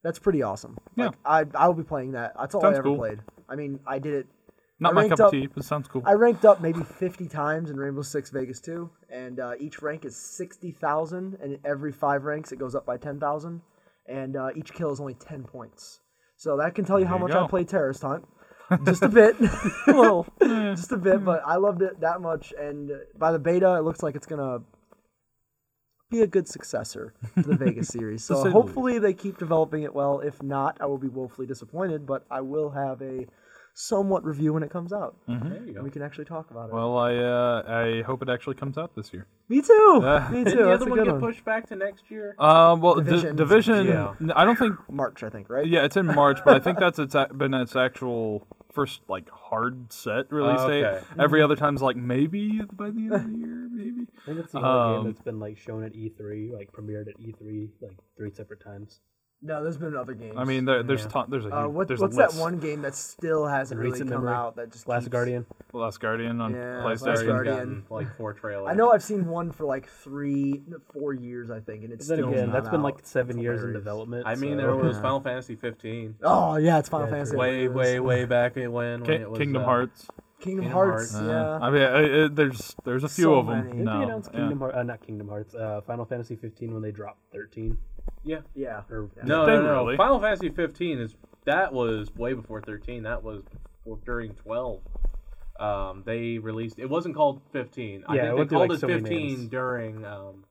Speaker 3: That's pretty awesome.
Speaker 4: Yeah.
Speaker 3: like, I I will be playing that. That's all
Speaker 4: Sounds
Speaker 3: I ever
Speaker 4: cool.
Speaker 3: played. I mean, I did it
Speaker 4: Not
Speaker 3: I
Speaker 4: my
Speaker 3: ranked
Speaker 4: cup of
Speaker 3: up-
Speaker 4: tea, but sounds cool.
Speaker 3: I ranked up maybe 50 times in Rainbow Six Vegas 2, and uh, each rank is 60,000, and every five ranks it goes up by 10,000, and uh, each kill is only 10 points. So that can tell you how
Speaker 4: There
Speaker 3: much
Speaker 4: you go.
Speaker 3: I played Terrorist
Speaker 4: [laughs]
Speaker 3: Hunt. Just a bit, a [laughs] little,
Speaker 4: eh.
Speaker 3: just a bit, but I loved it that much. And uh, by the beta, it looks like it's gonna be a good successor to the
Speaker 4: [laughs]
Speaker 3: Vegas series.
Speaker 4: To
Speaker 3: So
Speaker 4: say the
Speaker 3: hopefully they keep developing it well. If not, I will be woefully disappointed. But I will have a somewhat review when it comes out
Speaker 1: There you go.
Speaker 3: and we can actually talk about it.
Speaker 4: well, I uh, I hope it actually comes out this year.
Speaker 3: me too.
Speaker 4: Yeah.
Speaker 3: me
Speaker 1: Didn't
Speaker 3: too.
Speaker 1: the
Speaker 3: That's
Speaker 1: other
Speaker 3: a
Speaker 1: one
Speaker 3: good
Speaker 1: get
Speaker 3: one.
Speaker 1: pushed back to next year?
Speaker 4: Uh, well, Di-
Speaker 3: Division's-
Speaker 4: division.
Speaker 1: Yeah.
Speaker 4: n- I don't think.
Speaker 3: March, I think, right?
Speaker 4: Yeah, it's in March, but I think that's it's a- been its actual first like hard set release date.
Speaker 1: Okay.
Speaker 3: Mm-hmm.
Speaker 4: Every other time's like maybe by the end of the year, maybe.
Speaker 5: I think it's the only
Speaker 4: Um,
Speaker 5: game that's been like shown at E3, like premiered at E3, like three separate times.
Speaker 3: No, there's been other games.
Speaker 4: I mean, there, there's ton, there's a
Speaker 3: uh,
Speaker 4: huge-
Speaker 3: what,
Speaker 4: there's
Speaker 3: what's
Speaker 4: a list.
Speaker 3: that one game that still hasn't really come
Speaker 5: recent memory.
Speaker 3: out? That just
Speaker 5: Last
Speaker 3: keeps-
Speaker 5: Guardian.
Speaker 4: Last Guardian on
Speaker 3: Yeah, Last
Speaker 1: Sorry,
Speaker 4: PlayStation.
Speaker 1: we've
Speaker 3: Guardian.
Speaker 1: gotten, like four trailers.
Speaker 3: I know I've seen one for like three, four years, I think, and it's
Speaker 5: But then
Speaker 3: still
Speaker 5: again,
Speaker 3: not
Speaker 5: that's
Speaker 3: out.
Speaker 5: been like seven
Speaker 3: That's
Speaker 5: years in
Speaker 3: hilarious.
Speaker 5: development.
Speaker 1: I mean,
Speaker 5: so- [laughs]
Speaker 1: there was Final Fantasy 15.
Speaker 3: Oh yeah, it's Final
Speaker 5: Yeah,
Speaker 3: Fantasy.
Speaker 1: Way,
Speaker 3: It was
Speaker 1: way, way back when. when
Speaker 4: Ki-
Speaker 1: it was,
Speaker 4: Kingdom
Speaker 1: uh,
Speaker 4: Hearts.
Speaker 3: Kingdom,
Speaker 1: Kingdom
Speaker 3: Hearts.
Speaker 1: Hearts.
Speaker 3: Yeah.
Speaker 4: I mean, I, I, there's there's a few
Speaker 3: So
Speaker 4: of them.
Speaker 3: many.
Speaker 5: Did
Speaker 4: now.
Speaker 5: they announce
Speaker 4: Yeah.
Speaker 5: Kingdom Hearts? Uh, not Kingdom Hearts. Uh, Final Fantasy 15 when they dropped 13.
Speaker 1: Yeah.
Speaker 3: yeah.
Speaker 1: [laughs]
Speaker 5: Or
Speaker 1: No,
Speaker 4: They
Speaker 1: no, no.
Speaker 4: really-
Speaker 1: Final Fantasy 15 is that was way before 13. That was before- during 12. Um, they released it wasn't called 15. I
Speaker 5: Yeah, it
Speaker 1: think
Speaker 5: went
Speaker 1: they
Speaker 5: through,
Speaker 1: called
Speaker 5: like,
Speaker 1: it
Speaker 5: so many
Speaker 1: 15
Speaker 5: names.
Speaker 1: during um,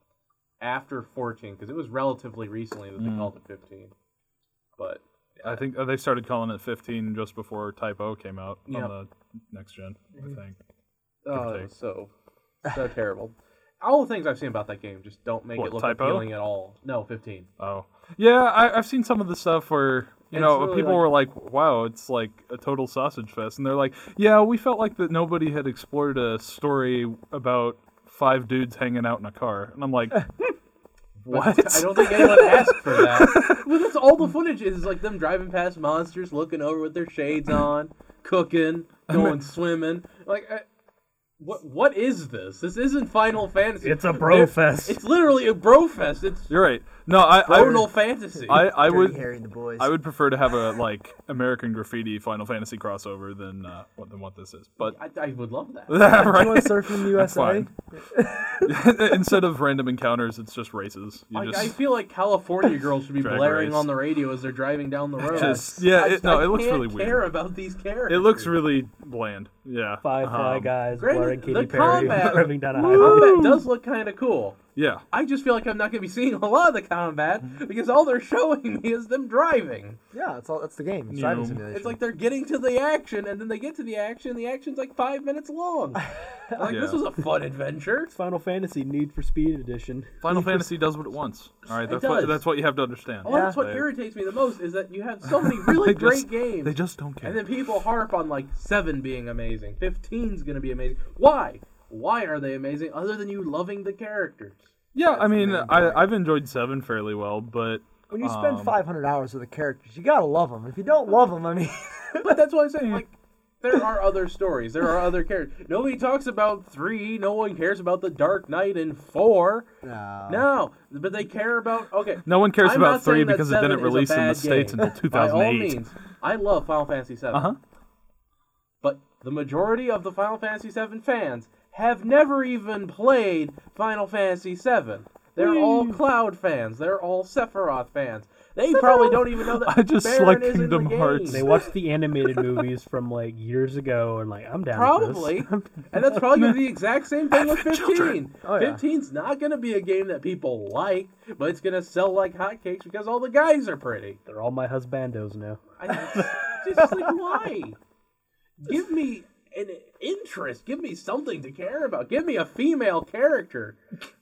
Speaker 1: after 14 because it was relatively recently
Speaker 5: Mm.
Speaker 1: that they called it 15. But
Speaker 4: I think uh, they started calling it 15 just before Type O came out
Speaker 1: Yeah.
Speaker 4: on the next gen.
Speaker 3: Mm-hmm.
Speaker 4: I think.
Speaker 1: oh,
Speaker 4: take.
Speaker 1: so so [laughs] terrible. All the things I've seen about that game just don't make
Speaker 4: What,
Speaker 1: it look
Speaker 4: typo?
Speaker 1: appealing at all. No, 15.
Speaker 4: Oh, yeah. I, I've seen some of the stuff where you
Speaker 1: It's
Speaker 4: know
Speaker 1: really
Speaker 4: people
Speaker 1: like-
Speaker 4: were like, "Wow, it's like a total sausage fest," and they're like, "Yeah, we felt like that nobody had explored a story about five dudes hanging out in a car," and I'm
Speaker 3: [laughs]
Speaker 4: like,
Speaker 1: But
Speaker 4: "What?"
Speaker 1: I don't think anyone asked
Speaker 4: [laughs]
Speaker 1: for that. well, that's all the footage is, is like them driving past monsters, looking over with their shades on, cooking, going swimming. Like, I, what what is this? This isn't Final
Speaker 5: [laughs]
Speaker 1: Fantasy.
Speaker 5: It's a bro
Speaker 1: They're-
Speaker 5: fest.
Speaker 1: It's literally a bro fest. It's
Speaker 4: You're right. No, I
Speaker 1: total
Speaker 4: I,
Speaker 1: fantasy.
Speaker 4: I, I
Speaker 3: Dirty
Speaker 4: would
Speaker 3: Harry and the boys.
Speaker 4: I would prefer to have a like American graffiti Final Fantasy crossover than uh, what than what this is, but. [laughs]
Speaker 1: I, I would love that.
Speaker 3: Do you want
Speaker 4: right?
Speaker 3: to
Speaker 4: [laughs]
Speaker 3: surf in the USA?
Speaker 4: fine. [laughs] Instead of random encounters, it's just races. You
Speaker 1: Like,
Speaker 4: just,
Speaker 1: I feel like California girls should be
Speaker 4: Drag
Speaker 1: blaring
Speaker 4: race.
Speaker 1: on the radio as they're driving down the road.
Speaker 4: just yeah.
Speaker 1: I
Speaker 4: It,
Speaker 1: just-
Speaker 4: no,
Speaker 1: I
Speaker 4: it looks
Speaker 1: can't
Speaker 4: really
Speaker 1: care
Speaker 4: weird.
Speaker 1: about these characters.
Speaker 4: It looks really bland. Yeah.
Speaker 5: Five Fly
Speaker 4: Um,
Speaker 5: Guys,
Speaker 1: granted,
Speaker 5: Blurring Katy
Speaker 1: Uh-huh. the
Speaker 5: Perry, [laughs]
Speaker 1: combat-
Speaker 5: driving down a highway.
Speaker 1: Combat does look kind of cool.
Speaker 4: Yeah.
Speaker 1: I just feel like I'm not going to be seeing a lot of the
Speaker 4: Mm-hmm.
Speaker 1: combat because all they're showing me is them driving.
Speaker 3: Yeah, it's all. That's the game. It's
Speaker 4: You
Speaker 3: driving
Speaker 4: know,
Speaker 3: simulation.
Speaker 1: It's like they're getting to the action, and then they get to the action. The action's like five minutes
Speaker 4: [laughs]
Speaker 1: long. like this
Speaker 4: Yeah.
Speaker 1: was a
Speaker 4: [laughs]
Speaker 1: fun adventure.
Speaker 5: Final Fantasy Need for Speed Edition. [laughs]
Speaker 1: [laughs]
Speaker 4: Final Fantasy does what it wants. All right, that's what
Speaker 1: does.
Speaker 4: that's what you have to understand.
Speaker 1: Well, that's
Speaker 4: [laughs]
Speaker 1: what
Speaker 4: They-
Speaker 1: irritates me the most is that you have so
Speaker 4: [laughs]
Speaker 1: many really great
Speaker 4: just-
Speaker 1: games,
Speaker 4: They just don't care.
Speaker 1: and then people harp on like seven being amazing, fifteen's going to be amazing. Why? Why are they amazing? Other than you loving the characters.
Speaker 4: yeah, I
Speaker 3: the
Speaker 4: mean,
Speaker 3: main
Speaker 4: I, I've enjoyed Seven fairly well, but
Speaker 3: when you spend
Speaker 4: um,
Speaker 3: 500 hours with the characters, you gotta love them. If you don't love them, I mean, [laughs]
Speaker 1: But that's what I'm saying. Like, there are other stories. There are other characters. Nobody talks about three. No one cares about the Dark Knight and four.
Speaker 3: no.
Speaker 1: No, but they care about. Okay.
Speaker 4: no one cares
Speaker 1: I'm
Speaker 4: about
Speaker 1: not
Speaker 4: three
Speaker 1: saying that
Speaker 4: because it
Speaker 1: seven
Speaker 4: didn't
Speaker 1: is a
Speaker 4: release in the
Speaker 1: bad
Speaker 4: states
Speaker 1: game.
Speaker 4: until
Speaker 1: By all
Speaker 4: 2008.
Speaker 1: means, I love Final Fantasy VII.
Speaker 4: Uh-huh.
Speaker 1: But the majority of the Final Fantasy VII fans have never even played Final Fantasy VII. They're all Cloud fans. They're all Sephiroth fans. They probably don't even know that.
Speaker 4: I just
Speaker 1: Baron
Speaker 4: like
Speaker 1: is in the
Speaker 4: Kingdom Hearts.
Speaker 1: game.
Speaker 5: They watched the animated movies from like years ago and like, I'm down
Speaker 1: Probably.
Speaker 5: for this.
Speaker 1: and that's probably going to be the exact same thing with 15.
Speaker 3: Oh, yeah.
Speaker 1: 15's not going to be a game that people like, but it's going to sell like hotcakes because all the guys are pretty.
Speaker 5: They're all my husbandos now.
Speaker 1: I, just like, why? Give me an interest. Give me something to care about. Give me a female character.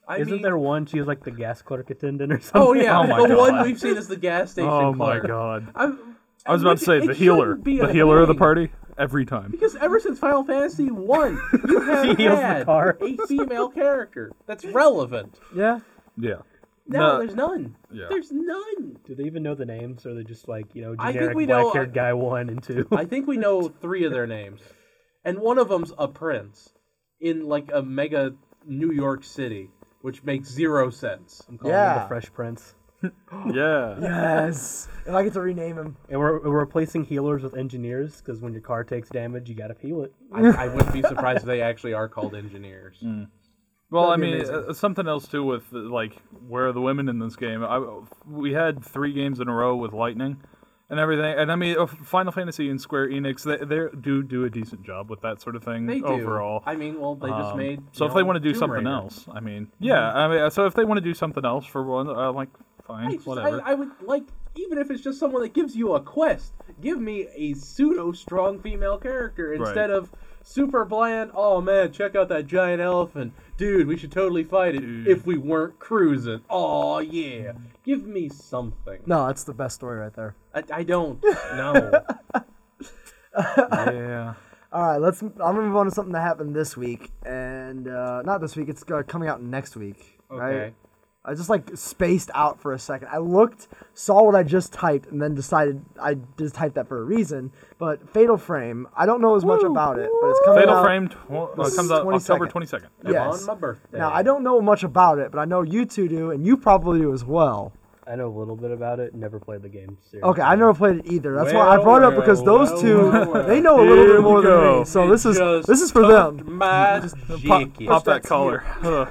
Speaker 1: I
Speaker 5: Isn't
Speaker 1: mean,
Speaker 5: there one? She was like the gas clerk attendant or something.
Speaker 1: Oh, yeah.
Speaker 5: [laughs]
Speaker 4: Oh, my
Speaker 1: the one
Speaker 4: God.
Speaker 1: we've seen is the gas station.
Speaker 4: Oh my
Speaker 1: clerk.
Speaker 4: god!
Speaker 1: I'm-
Speaker 4: I was about to say
Speaker 1: [laughs] it
Speaker 4: the healer,
Speaker 1: shouldn't be
Speaker 4: the
Speaker 1: a
Speaker 4: healer of the
Speaker 1: thing.
Speaker 4: party every time.
Speaker 1: Because ever since Final Fantasy One, you have
Speaker 5: She heals the
Speaker 1: had
Speaker 5: car.
Speaker 1: a female character that's relevant. [laughs]
Speaker 3: Yeah.
Speaker 4: Yeah.
Speaker 1: No,
Speaker 4: No.
Speaker 1: there's none.
Speaker 4: Yeah.
Speaker 1: There's none.
Speaker 5: Do they even know the names, or are they just like you know
Speaker 1: I think
Speaker 5: generic
Speaker 1: we know- uh,
Speaker 5: black haired guy one and
Speaker 1: [laughs]
Speaker 5: two?
Speaker 1: I think we know three of their names, and one of them's a prince in like a mega New York City, which makes zero sense.
Speaker 5: I'm calling him
Speaker 3: Yeah.
Speaker 5: the Fresh Prince,
Speaker 4: Yeah.
Speaker 3: Yes. and I get to rename him.
Speaker 5: and we're, we're replacing healers with engineers because when your car takes damage, you gotta heal it.
Speaker 1: I, I wouldn't be surprised if they actually are called engineers.
Speaker 4: Well, I
Speaker 3: That'd be
Speaker 4: mean,
Speaker 3: amazing.
Speaker 4: uh, something else too with uh, like where are the women in this game? I, we had three games in a row with lightning and everything, and I mean, uh, Final Fantasy and Square Enix they, they do do a decent job with that sort of thing [laughs]
Speaker 1: They do.
Speaker 4: overall.
Speaker 1: I mean, well, they just
Speaker 4: Um,
Speaker 1: made.
Speaker 4: so
Speaker 1: you
Speaker 4: if they
Speaker 1: know,
Speaker 4: want to do
Speaker 1: Tomb
Speaker 4: something
Speaker 1: Raider. Mm-hmm.
Speaker 4: else, I mean, yeah, I mean, uh, so if they want to do something else for one, uh, like fine,
Speaker 1: I, just, I,
Speaker 4: whatever.
Speaker 1: I would like, even if it's just someone that gives you a quest, give me a pseudo strong female character
Speaker 4: Right.
Speaker 1: instead of super bland. Oh man, check out that giant elephant, dude. We should totally fight it
Speaker 4: Mm.
Speaker 1: if we weren't cruising. Oh yeah, give me something.
Speaker 3: No, that's the best story right there.
Speaker 1: I, I
Speaker 4: [laughs]
Speaker 1: don't know.
Speaker 4: yeah.
Speaker 3: All right, let's. I'm gonna move on to something that happened this week, and uh, not this week. It's uh, coming out next week. Right?
Speaker 1: Okay.
Speaker 3: I just like spaced out for a second. I looked, saw what I just typed, and then decided I just typed that for a reason. But Fatal Frame, I don't know as much about it, but it's coming
Speaker 4: Fatal
Speaker 3: out.
Speaker 4: Frame tw- uh, comes out October 22nd.
Speaker 3: Yes.
Speaker 1: On my birthday.
Speaker 3: Now I don't know much about it, but I know you two do, and you probably do as well.
Speaker 5: I know a little bit about it. Never played the game. Seriously.
Speaker 3: Okay, I never played it either. That's why I
Speaker 1: Well,
Speaker 3: brought it up because
Speaker 1: well,
Speaker 3: those two
Speaker 1: well, well.
Speaker 3: they know a little
Speaker 4: Here
Speaker 3: bit
Speaker 4: we
Speaker 3: more than
Speaker 4: go.
Speaker 3: me. So this is
Speaker 1: Just
Speaker 3: this is for
Speaker 1: tucked
Speaker 3: them.
Speaker 1: My
Speaker 4: Pop,
Speaker 1: jicky.
Speaker 4: pop that
Speaker 3: That's
Speaker 4: collar. [laughs] uh, Ugh.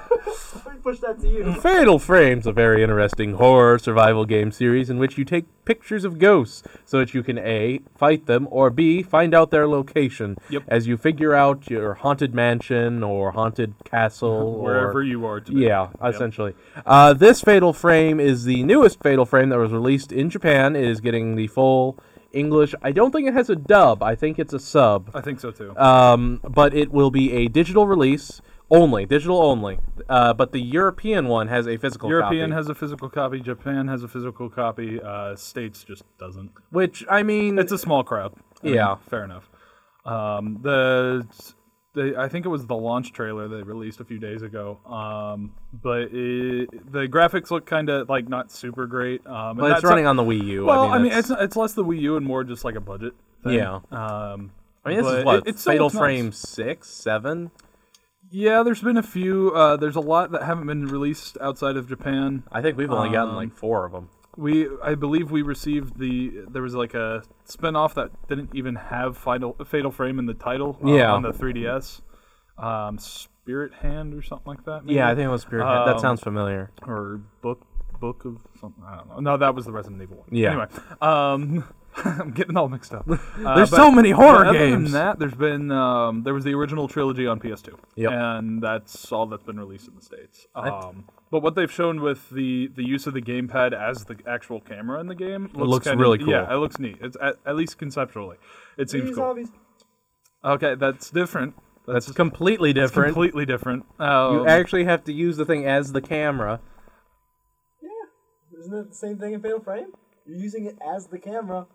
Speaker 3: Let me push that to you.
Speaker 1: Fatal Frame's a very interesting horror survival game series in which you take pictures of ghosts so that you can A, fight them, or B, find out their location
Speaker 4: Yep.
Speaker 1: as you figure out your haunted mansion or haunted
Speaker 4: [laughs]
Speaker 1: castle.
Speaker 4: Wherever
Speaker 1: or,
Speaker 4: you are today.
Speaker 1: Yeah,
Speaker 4: Yep.
Speaker 1: essentially. Uh, this Fatal Frame is the newest Fatal Frame that was released in Japan. It is getting the full English. I don't think it has a dub, I think it's a sub.
Speaker 4: I think so too.
Speaker 1: Um, but it will be a digital release only, digital only. Uh, but the European one has a physical
Speaker 4: European
Speaker 1: copy.
Speaker 4: has a physical copy. Japan has a physical copy. Uh, States just doesn't.
Speaker 1: which I mean,
Speaker 4: It's a small crowd. I mean,
Speaker 1: Yeah.
Speaker 4: fair enough. Um, the, the I think it was the launch trailer they released a few days ago. Um, but it, the graphics look kind of like not super great. Um, and
Speaker 1: well, it's
Speaker 4: that's-
Speaker 1: running on the Wii U.
Speaker 4: Well,
Speaker 1: I mean,
Speaker 4: it's it's less the Wii U and more just like a budget. Thing.
Speaker 1: Yeah.
Speaker 4: Um,
Speaker 1: I mean, this
Speaker 4: but
Speaker 1: is what
Speaker 4: it- it still
Speaker 1: Fatal
Speaker 4: looks nice.
Speaker 1: Frame six, seven.
Speaker 4: Yeah, there's been a few. Uh, there's a lot that haven't been released outside of Japan.
Speaker 1: I think we've only gotten
Speaker 4: Um,
Speaker 1: like four of them.
Speaker 4: We, I believe, we received the. There was like a spinoff that didn't even have Final Fatal Frame in the title. uh,
Speaker 1: Yeah.
Speaker 4: on the 3DS, um, Spirit Hand or something like that. Maybe?
Speaker 1: Yeah, I think it was Spirit. Hand.
Speaker 4: Um,
Speaker 1: that sounds familiar.
Speaker 4: or book book of something. I don't know. No, that was the Resident Evil one.
Speaker 1: Yeah.
Speaker 4: Anyway, um, [laughs] I'm getting all mixed up. Uh,
Speaker 1: There's
Speaker 4: but-
Speaker 1: so many horror
Speaker 4: but Other
Speaker 1: games.
Speaker 4: than that, there's been um, there was the original trilogy on PS2.
Speaker 1: Yep.
Speaker 4: And that's all that's been released in the states. Um, but what they've shown with the the use of the gamepad as the actual camera in the game looks,
Speaker 1: looks
Speaker 4: kinda-
Speaker 1: really cool.
Speaker 4: Yeah, it looks neat. It's at, at least conceptually, it seems cool. Okay, that's different. That's,
Speaker 1: That's completely
Speaker 4: that's
Speaker 1: different.
Speaker 4: completely different. Um,
Speaker 1: you actually have to use the thing as the camera.
Speaker 3: Isn't it the same thing in Fatal Frame? You're using it as the camera.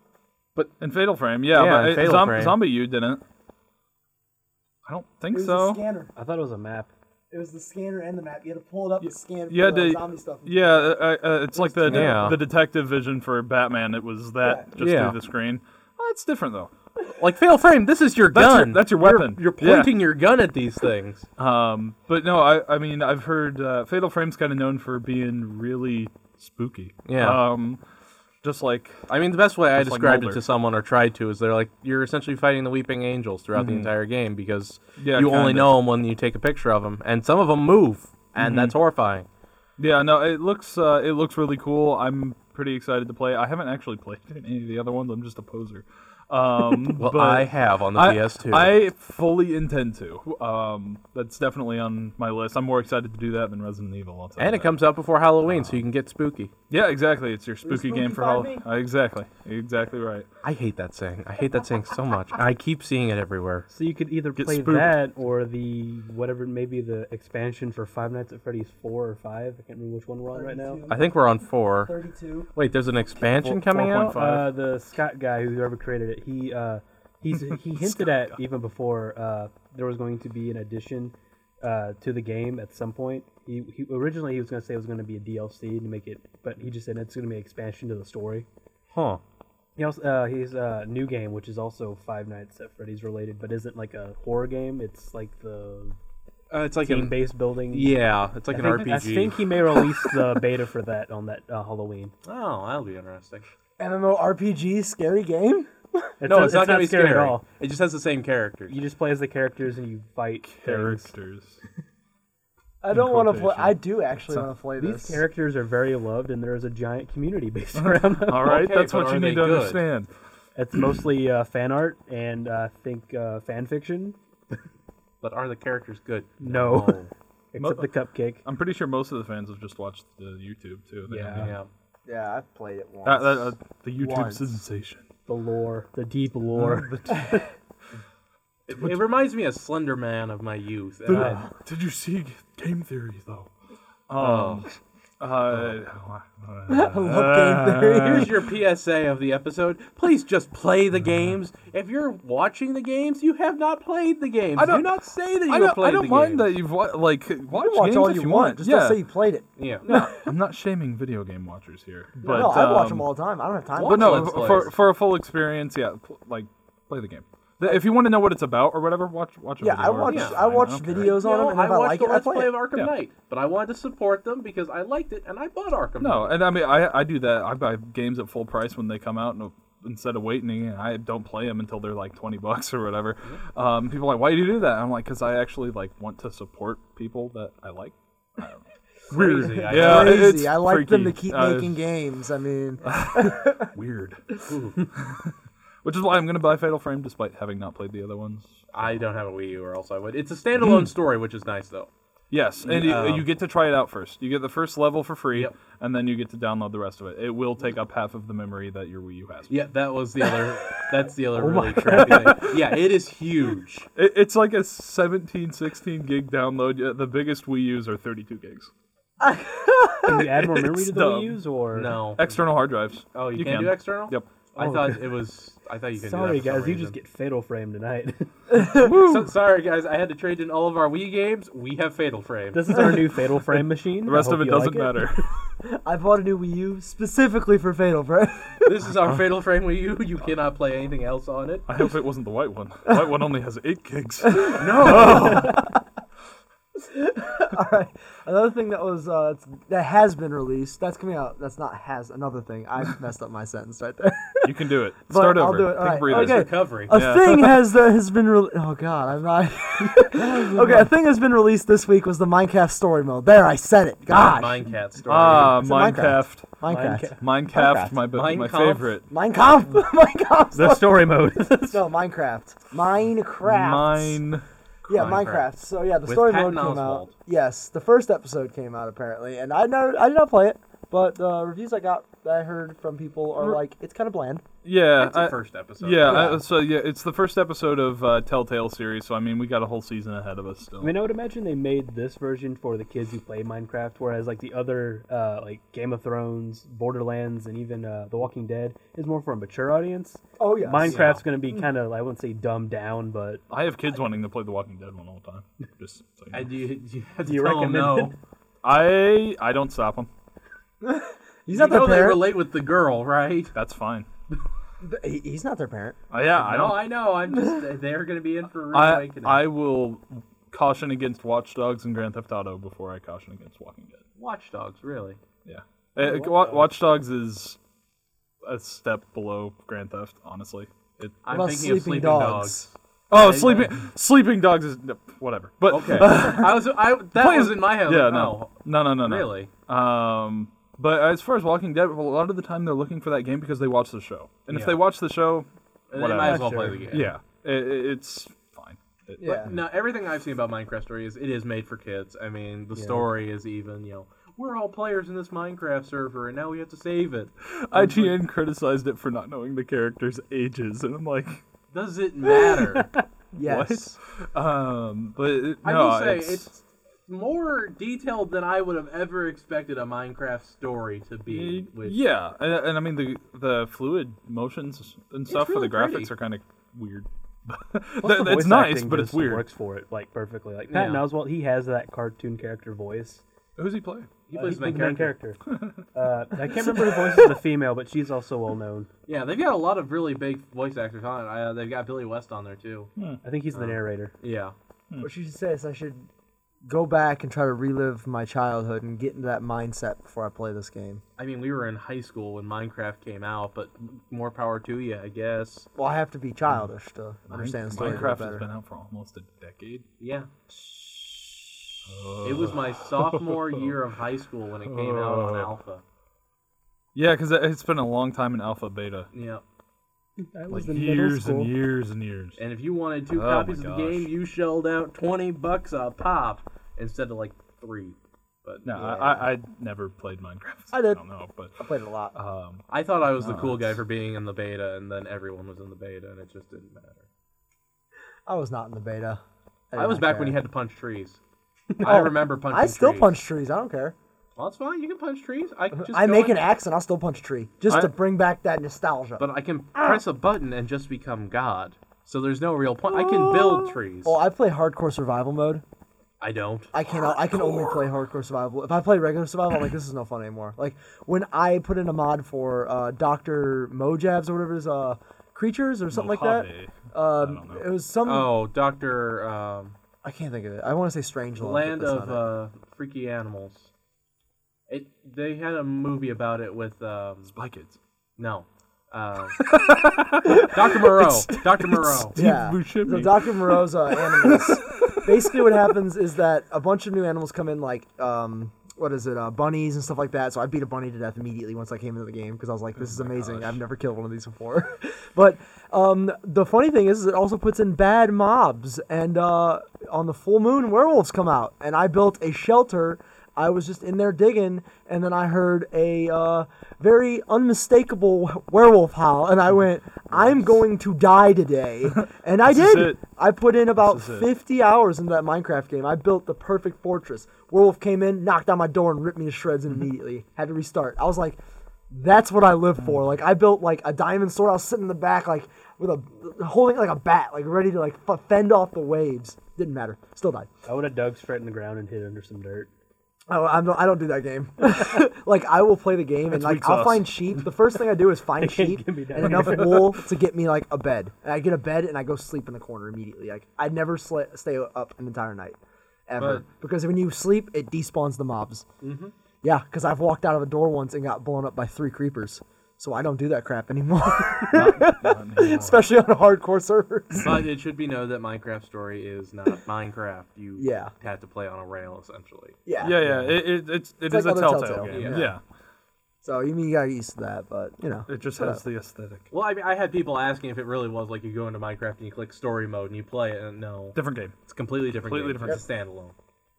Speaker 4: In Fatal Frame, yeah,
Speaker 1: Yeah,
Speaker 4: but
Speaker 1: in
Speaker 4: it-
Speaker 1: Fatal
Speaker 4: Zom-
Speaker 1: Frame.
Speaker 4: Zombie U didn't. I don't think so.
Speaker 3: scanner.
Speaker 5: I thought it was a map.
Speaker 3: It was the scanner and the map. You had to pull it up and scan
Speaker 4: You had to, yeah, uh, uh, it's like the
Speaker 1: Yeah.
Speaker 4: the detective vision for Batman. It was that just
Speaker 1: Yeah.
Speaker 4: through the screen. Oh, it's different though.
Speaker 1: Like Fatal Frame, this is your
Speaker 4: That's your-
Speaker 1: gun.
Speaker 4: that's your
Speaker 1: You're-
Speaker 4: weapon.
Speaker 1: You're,
Speaker 4: Yeah.
Speaker 1: pointing your gun at these things.
Speaker 4: Um, but no, I I mean I've heard uh, Fatal Frame's kind of known for being really spooky.
Speaker 1: Yeah.
Speaker 4: Um, just like
Speaker 1: I mean, the best way I
Speaker 4: Just like
Speaker 1: described it
Speaker 4: Mulder.
Speaker 1: to someone or tried to is they're like, you're essentially fighting the Weeping Angels throughout the entire game because
Speaker 4: Yeah,
Speaker 1: you only
Speaker 4: kinda.
Speaker 1: know them when you take a picture of them, and some of them move, and that's horrifying.
Speaker 4: yeah, no, it looks uh, it looks really cool. I'm pretty excited to play. I haven't actually played [laughs] any of the other ones. I'm just a poser. Um,
Speaker 1: Well,
Speaker 4: but-
Speaker 1: I have on the
Speaker 4: I,
Speaker 1: PS2.
Speaker 4: I fully intend to. Um, that's definitely on my list. I'm more excited to do that than Resident Evil. I'll tell
Speaker 1: and
Speaker 4: you
Speaker 1: it
Speaker 4: that.
Speaker 1: comes out before Halloween, so you can get spooky.
Speaker 4: Yeah, exactly. It's your spooky
Speaker 3: spooky
Speaker 4: game for
Speaker 3: by
Speaker 4: Halloween.
Speaker 3: me.
Speaker 4: Uh, exactly. Exactly right.
Speaker 1: I hate that saying. I hate that saying so much. I keep seeing it everywhere.
Speaker 5: So you could either
Speaker 4: Get
Speaker 5: play
Speaker 4: spooked.
Speaker 5: that or the whatever maybe the expansion for Five Nights at Freddy's four or five. I can't remember which one we're on right now.
Speaker 1: I think we're on four.
Speaker 3: 32.
Speaker 1: Wait, there's an expansion
Speaker 4: Four-
Speaker 1: coming out.
Speaker 4: 4.5.
Speaker 5: Uh, the Scott guy, whoever created it, he uh, he's he hinted at even before uh, there was going to be an addition uh, to the game at some point. He, he originally he was going to say it was going to be a DLC to make it, but he just said it's going to be an expansion to the story.
Speaker 4: Huh.
Speaker 5: He also uh, he's a new game, which is also Five Nights at Freddy's related, but isn't like a horror game. It's like the
Speaker 4: Uh, it's like
Speaker 5: team
Speaker 4: an,
Speaker 5: based building.
Speaker 4: yeah, it's like
Speaker 5: I
Speaker 4: an
Speaker 5: think,
Speaker 4: RPG.
Speaker 5: I think he may release the beta for that on that uh, Halloween.
Speaker 1: Oh, that'll be interesting.
Speaker 3: MMORPG, scary game.
Speaker 5: It's
Speaker 1: No, it's, not gonna be
Speaker 5: scary
Speaker 1: scary.
Speaker 5: at all.
Speaker 1: It just has the same characters.
Speaker 5: You just play as the characters and you fight characters.
Speaker 4: characters.
Speaker 3: I don't want to play.
Speaker 4: quotation.
Speaker 3: I do actually want to play
Speaker 5: These
Speaker 3: this.
Speaker 5: characters are very loved, and there is a giant
Speaker 4: [laughs]
Speaker 5: community [laughs] based around them.
Speaker 4: All right,
Speaker 1: Okay,
Speaker 4: that's
Speaker 1: but
Speaker 4: what
Speaker 1: are
Speaker 4: you
Speaker 1: they
Speaker 4: need to
Speaker 1: good?
Speaker 4: understand.
Speaker 5: It's mostly uh, fan art and uh, I think uh, fan fiction.
Speaker 1: But are the characters good?
Speaker 5: No. [laughs] Except the cupcake.
Speaker 4: I'm pretty sure most of the fans have just watched the YouTube too. They
Speaker 5: Yeah.
Speaker 4: don't-
Speaker 1: yeah.
Speaker 3: yeah, I've played it once.
Speaker 4: That- that- uh, the YouTube
Speaker 3: Once.
Speaker 4: sensation.
Speaker 5: The lore. The deep lore.
Speaker 1: It, it reminds me of Slender Man of my youth. and I-
Speaker 4: Uh, did you see Game Theory though? Um, uh,
Speaker 3: I love Game Theory.
Speaker 1: Uh, Here's your PSA of the episode. Please just play
Speaker 4: Uh-huh.
Speaker 1: the games. If you're watching the games, you have not played the games.
Speaker 4: I don't-
Speaker 1: do not say that you
Speaker 4: I don't,
Speaker 1: have played
Speaker 4: I don't
Speaker 1: the
Speaker 4: mind
Speaker 1: games.
Speaker 4: that you've wa- like watch,
Speaker 3: You can watch
Speaker 4: games
Speaker 3: all
Speaker 4: if
Speaker 3: you
Speaker 4: you
Speaker 3: want. Just
Speaker 4: yeah,
Speaker 3: don't say you played it.
Speaker 1: Yeah.
Speaker 4: [laughs] I'm not shaming video game watchers here, but
Speaker 3: no, I watch
Speaker 4: um,
Speaker 3: them all the time. I don't have time.
Speaker 1: What?
Speaker 4: But no,
Speaker 1: Let's
Speaker 4: for,
Speaker 1: plays.
Speaker 4: for for a full experience, yeah, pl- like play the game. The- If you want to know what it's about or whatever, watch watch. A
Speaker 3: Yeah,
Speaker 4: video
Speaker 3: I
Speaker 4: or-
Speaker 3: watch.
Speaker 4: it's
Speaker 3: I
Speaker 4: fine,
Speaker 3: watch
Speaker 4: don't care.
Speaker 3: videos
Speaker 1: You
Speaker 3: on
Speaker 1: know,
Speaker 3: them, and if I,
Speaker 1: watched
Speaker 3: like
Speaker 1: the
Speaker 3: it, I
Speaker 1: Let's
Speaker 3: play
Speaker 1: Play of
Speaker 3: it.
Speaker 1: Arkham
Speaker 4: Yeah.
Speaker 1: Knight, but I wanted to support them because I liked it and I bought Arkham
Speaker 4: No,
Speaker 1: Knight.
Speaker 4: and I mean, I I do that. I buy games at full price when they come out, and instead of waiting, and I don't play them until they're like twenty bucks or whatever. Um, people are like, why do you do that? I'm like, because I actually like want to support people that I like.
Speaker 1: Crazy. I
Speaker 4: Yeah. Uh,
Speaker 3: Crazy.
Speaker 4: it's
Speaker 3: I like them to
Speaker 4: freaky.
Speaker 3: keep
Speaker 4: Uh,
Speaker 3: making games. I mean,
Speaker 4: Weird.
Speaker 1: Ooh,
Speaker 4: Which is why I'm gonna buy Fatal Frame, despite having not played the other ones.
Speaker 1: I don't have a Wii U or else I would. It's a
Speaker 4: Hmm.
Speaker 1: standalone story, which is nice though.
Speaker 4: Yes, and you, you get to try it out first. You get the first level for free,
Speaker 1: Yep.
Speaker 4: and then you get to download the rest of it. It will take up half of the memory that your Wii U has.
Speaker 1: Yeah, that was the
Speaker 4: [laughs]
Speaker 1: other. that's the
Speaker 4: Oh
Speaker 1: other really crappy thing. Yeah, it is huge.
Speaker 4: It, it's like a 17, 16 gig download. Yeah, The biggest Wii U's are 32 gigs.
Speaker 5: Can
Speaker 4: [laughs]
Speaker 5: you add more memory
Speaker 4: It's
Speaker 5: to the
Speaker 4: dumb.
Speaker 5: Wii U's or
Speaker 1: No.
Speaker 4: External hard drives.
Speaker 1: Oh, you, can, do external.
Speaker 4: Yep.
Speaker 1: I thought it was. I thought you could.
Speaker 5: Sorry
Speaker 1: do that for some
Speaker 5: guys, you just
Speaker 1: reason.
Speaker 5: get fatal frame tonight. [laughs]
Speaker 1: So, sorry guys, I had to trade in all of our Wii games. We have Fatal Frame.
Speaker 5: this is our new fatal frame machine.
Speaker 4: The rest of it doesn't matter.
Speaker 3: I bought a new Wii U specifically for Fatal Frame.
Speaker 1: This is our Fatal Frame Wii U. You cannot play anything else on it.
Speaker 4: I hope it wasn't the white one. The white one only has eight gigs.
Speaker 3: Another thing that was uh, it's- that has been released. That's coming out. That's not has. Another thing. I
Speaker 4: [laughs]
Speaker 3: messed up my sentence right there.
Speaker 4: You can do it.
Speaker 3: But
Speaker 4: [laughs] Start
Speaker 3: I'll
Speaker 4: over.
Speaker 3: do it.
Speaker 4: Take
Speaker 3: All
Speaker 4: a
Speaker 3: right.
Speaker 4: breather.
Speaker 3: Okay.
Speaker 1: Recovery.
Speaker 3: A
Speaker 4: Yeah. [laughs]
Speaker 3: thing has that has been re- oh god I'm not [laughs] okay a thing has been released this week was the Minecraft story mode there I said it gosh
Speaker 1: Minecraft story.
Speaker 4: Ah,
Speaker 3: It's a
Speaker 4: Minecraft.
Speaker 3: Minecraft. Minecraft
Speaker 4: Minecraft, my, bu- my
Speaker 1: Minecraft.
Speaker 4: favorite.
Speaker 3: Minecraft [laughs] Minecraft
Speaker 5: The
Speaker 4: [laughs]
Speaker 5: story mode.
Speaker 3: no Minecraft Minecraft
Speaker 4: Mine.
Speaker 3: yeah
Speaker 1: Minecraft.
Speaker 3: Minecraft. so yeah the
Speaker 1: With
Speaker 3: story
Speaker 1: Patton
Speaker 3: mode came out
Speaker 1: Oswalt.
Speaker 3: yes the first episode came out apparently and I never I did not play it but the reviews I got that I heard from people are like it's kind of bland
Speaker 4: Yeah.
Speaker 1: That's the
Speaker 4: I-
Speaker 1: first episode.
Speaker 4: Yeah,
Speaker 3: Yeah.
Speaker 4: I, so yeah, it's the first episode of uh, Telltale series, so I mean, we got a whole season ahead of us still.
Speaker 5: I mean, I would imagine they made this version for the kids who play Minecraft, whereas like the other, uh, like Game of Thrones, Borderlands, and even uh, The Walking Dead is more for a mature audience.
Speaker 3: oh yes
Speaker 5: Minecraft's going to be kind of, I wouldn't say dumbed down, but
Speaker 4: I have kids wanting to play The Walking Dead one all the time. [laughs] Just so you know.
Speaker 1: I do. You, you have to
Speaker 5: Do you
Speaker 1: tell
Speaker 5: recommend
Speaker 1: 'em [laughs] no.
Speaker 5: it?
Speaker 4: I I don't stop them.
Speaker 3: he's
Speaker 1: You
Speaker 3: not their
Speaker 1: know they
Speaker 3: parent
Speaker 1: relate with the girl, right?
Speaker 4: That's fine.
Speaker 3: He- he's not their parent
Speaker 4: Uh, yeah, I
Speaker 1: No,
Speaker 4: don't.
Speaker 1: I know. I'm just. They're going to be in for a rude
Speaker 4: I
Speaker 1: awakening.
Speaker 4: I will caution against Watch Dogs and Grand Theft Auto before I caution against Walking Dead.
Speaker 1: Watch Dogs, really.
Speaker 4: Yeah, Uh, Wa- Watch Dogs is a step below Grand Theft, honestly. It,
Speaker 1: I'm
Speaker 3: about
Speaker 1: thinking of
Speaker 3: Sleeping
Speaker 1: Sleeping
Speaker 3: Dogs?
Speaker 1: Dogs.
Speaker 4: oh,
Speaker 1: yeah.
Speaker 4: sleeping sleeping dogs is no, whatever. But [laughs]
Speaker 1: Okay. I was. I that
Speaker 4: Play
Speaker 1: was
Speaker 4: is-
Speaker 1: in my head.
Speaker 4: yeah,
Speaker 1: like,
Speaker 4: no,
Speaker 1: oh,
Speaker 4: no, no, no, no.
Speaker 1: Really?
Speaker 4: Um, but as far as Walking Dead, a lot of the time they're looking for that game because they watch the show, and if
Speaker 1: Yeah.
Speaker 4: they watch the show,
Speaker 1: They
Speaker 4: whatever.
Speaker 1: oh, might as well
Speaker 5: Sure.
Speaker 1: play the game.
Speaker 4: yeah, it, it- it's fine. It- [laughs]
Speaker 3: yeah
Speaker 1: No, everything I've seen about Minecraft story is it is made for kids. I mean, the story is even, you know, we're all players in this Minecraft server and now we have to save it.
Speaker 4: IGN criticized it for not knowing the characters' ages, and I'm like, [laughs]
Speaker 1: Does [laughs] it matter?
Speaker 3: yes.
Speaker 4: um, but it,
Speaker 1: I
Speaker 4: no,
Speaker 1: will say
Speaker 4: it's,
Speaker 1: it's... more detailed than I would have ever expected a Minecraft story to be. Which,
Speaker 4: yeah, and, and I mean the the fluid motions and stuff for
Speaker 1: really
Speaker 4: the graphics
Speaker 1: pretty.
Speaker 4: are kind of weird. [laughs]
Speaker 5: Plus the
Speaker 4: That- that's
Speaker 5: voice
Speaker 4: nice,
Speaker 5: acting
Speaker 4: but it's
Speaker 5: just
Speaker 4: weird.
Speaker 5: Works for it like perfectly. Like Patton
Speaker 1: Yeah.
Speaker 5: Oswalt, he has that cartoon character voice.
Speaker 4: Who's he playing?
Speaker 1: He
Speaker 5: Uh,
Speaker 1: plays
Speaker 5: he's
Speaker 1: the main
Speaker 5: the main
Speaker 1: character.
Speaker 5: character. uh, I can't remember the voice of the female, but she's also well known.
Speaker 1: Yeah, they've got a lot of really big voice actors on it. Uh, they've got Billy West on there too.
Speaker 5: I think he's the narrator.
Speaker 1: Yeah.
Speaker 3: What you should say is I should go back and try to relive my childhood and get into that mindset before I play this game.
Speaker 1: I mean, we were in high school when Minecraft came out, but more power to you, I guess.
Speaker 3: Well, I have to be
Speaker 1: Hmm.
Speaker 3: childish to understand the story a little
Speaker 4: Minecraft has
Speaker 3: better.
Speaker 4: been out for almost a decade.
Speaker 1: Yeah. It was my sophomore year of high school when it came out
Speaker 3: Oh.
Speaker 1: on Alpha.
Speaker 4: Yeah, because it's been a long time in alpha beta.
Speaker 1: Yeah.
Speaker 5: I
Speaker 4: Like
Speaker 5: was in middle
Speaker 4: years
Speaker 5: school.
Speaker 4: and years and years.
Speaker 1: And if you wanted two
Speaker 4: Oh my
Speaker 1: copies of the game,
Speaker 4: gosh.
Speaker 1: you shelled out 20 bucks a pop instead of like three. But
Speaker 4: No,
Speaker 1: yeah.
Speaker 4: I, I I never played Minecraft. so
Speaker 3: I did.
Speaker 4: don't know, but
Speaker 3: I played it a lot.
Speaker 4: um,
Speaker 1: I thought I was the
Speaker 4: No,
Speaker 1: cool guy
Speaker 4: that's-
Speaker 1: for being in the beta, and then everyone was in the beta, and it just didn't matter.
Speaker 3: I was not in the beta.
Speaker 1: I was
Speaker 3: didn't
Speaker 1: back
Speaker 3: care.
Speaker 1: when you had to punch trees.
Speaker 3: [laughs]
Speaker 1: I remember punching
Speaker 3: I still
Speaker 1: trees.
Speaker 3: punch trees. I don't care.
Speaker 1: Well, that's fine. You can punch trees. I can just
Speaker 3: I
Speaker 1: go
Speaker 3: make
Speaker 1: in-
Speaker 3: an accent. I'll still punch tree just
Speaker 4: I-
Speaker 3: to bring back that nostalgia.
Speaker 1: But I can
Speaker 3: Ah.
Speaker 1: press a button and just become God. So there's no real point. I can build trees.
Speaker 3: Oh. well, I play hardcore survival mode.
Speaker 1: I don't.
Speaker 3: I cannot. I can only play hardcore survival. If I play regular survival, I'm like, this is no fun anymore. Like when I put in a mod for uh, Doctor Mojabs or whatever it is, uh, creatures or something like
Speaker 4: Mojave.
Speaker 3: that. Um, it was some.
Speaker 1: Oh, Doctor um,
Speaker 3: I can't think of it. I want to say Strange Love.
Speaker 1: Land of uh, Freaky Animals. It. They had a movie about it with um,
Speaker 4: Spy Kids.
Speaker 1: no. Um, Dr. Moreau. Dr. Moreau.
Speaker 3: yeah.
Speaker 4: Buscemi.
Speaker 3: So Dr. Moreau's uh, animals. Basically, what happens is that a bunch of new animals come in, like um, what is it, uh, bunnies and stuff like that. So I beat a bunny to death immediately once I came into the game because I was like, "This is amazing! I've never killed one of these before." [laughs] but um, the funny thing is, is it also puts in bad mobs, and uh, on the full moon, werewolves come out, and I built a shelter. I was just in there digging, and then I heard a uh, very unmistakable werewolf howl, and I went, "I'm going to die today," and I
Speaker 4: This is
Speaker 3: did.
Speaker 4: it.
Speaker 3: I put in about
Speaker 4: This is it.
Speaker 3: 50 hours into that Minecraft game. I built the perfect fortress. Werewolf came in, knocked on my door, and ripped me to shreds
Speaker 4: Mm-hmm.
Speaker 3: and immediately. Had to restart. I was like, that's what I live
Speaker 4: Mm.
Speaker 3: for. Like, I built, like, a diamond sword. I was sitting in the back, like, with a, holding it like a bat, like, ready to, like, f- fend off the waves. Didn't matter. Still died.
Speaker 5: I would have dug straight in the ground and hid under some dirt.
Speaker 3: I, I, don't, I don't do that game. [laughs] like, I will play the game, and,
Speaker 4: That's
Speaker 3: like,
Speaker 4: weak
Speaker 3: I'll
Speaker 4: sauce.
Speaker 3: find sheep. The first thing I do is find sheep
Speaker 5: give me
Speaker 3: and
Speaker 5: that.
Speaker 3: enough wool to get me, like, a bed. And I get a bed, and I go sleep in the corner immediately. Like, I never sla- stay up an entire night, ever. because when you sleep, it despawns the mobs. Mm-hmm. Yeah, because I've walked out of a door once and got blown up by three creepers. So I don't do that crap anymore, [laughs] especially on hardcore servers.
Speaker 1: But it should be known that Minecraft Story is not Minecraft. You
Speaker 3: Yeah.
Speaker 1: had to play on a rail, essentially.
Speaker 3: Yeah.
Speaker 4: yeah, yeah. It, it, it's, it's
Speaker 3: like
Speaker 4: a
Speaker 3: other
Speaker 4: telltale,
Speaker 3: Telltale
Speaker 4: game.
Speaker 1: games.
Speaker 4: Yeah.
Speaker 1: Yeah.
Speaker 3: So you mean you gotta get used to that, but you know.
Speaker 4: it just has the aesthetic.
Speaker 1: Well, I, mean, I had people asking if it really was like you go into Minecraft and you click story mode and you play it, and no,
Speaker 4: Different game.
Speaker 1: it's completely different.
Speaker 4: Completely
Speaker 1: game. It's a standalone.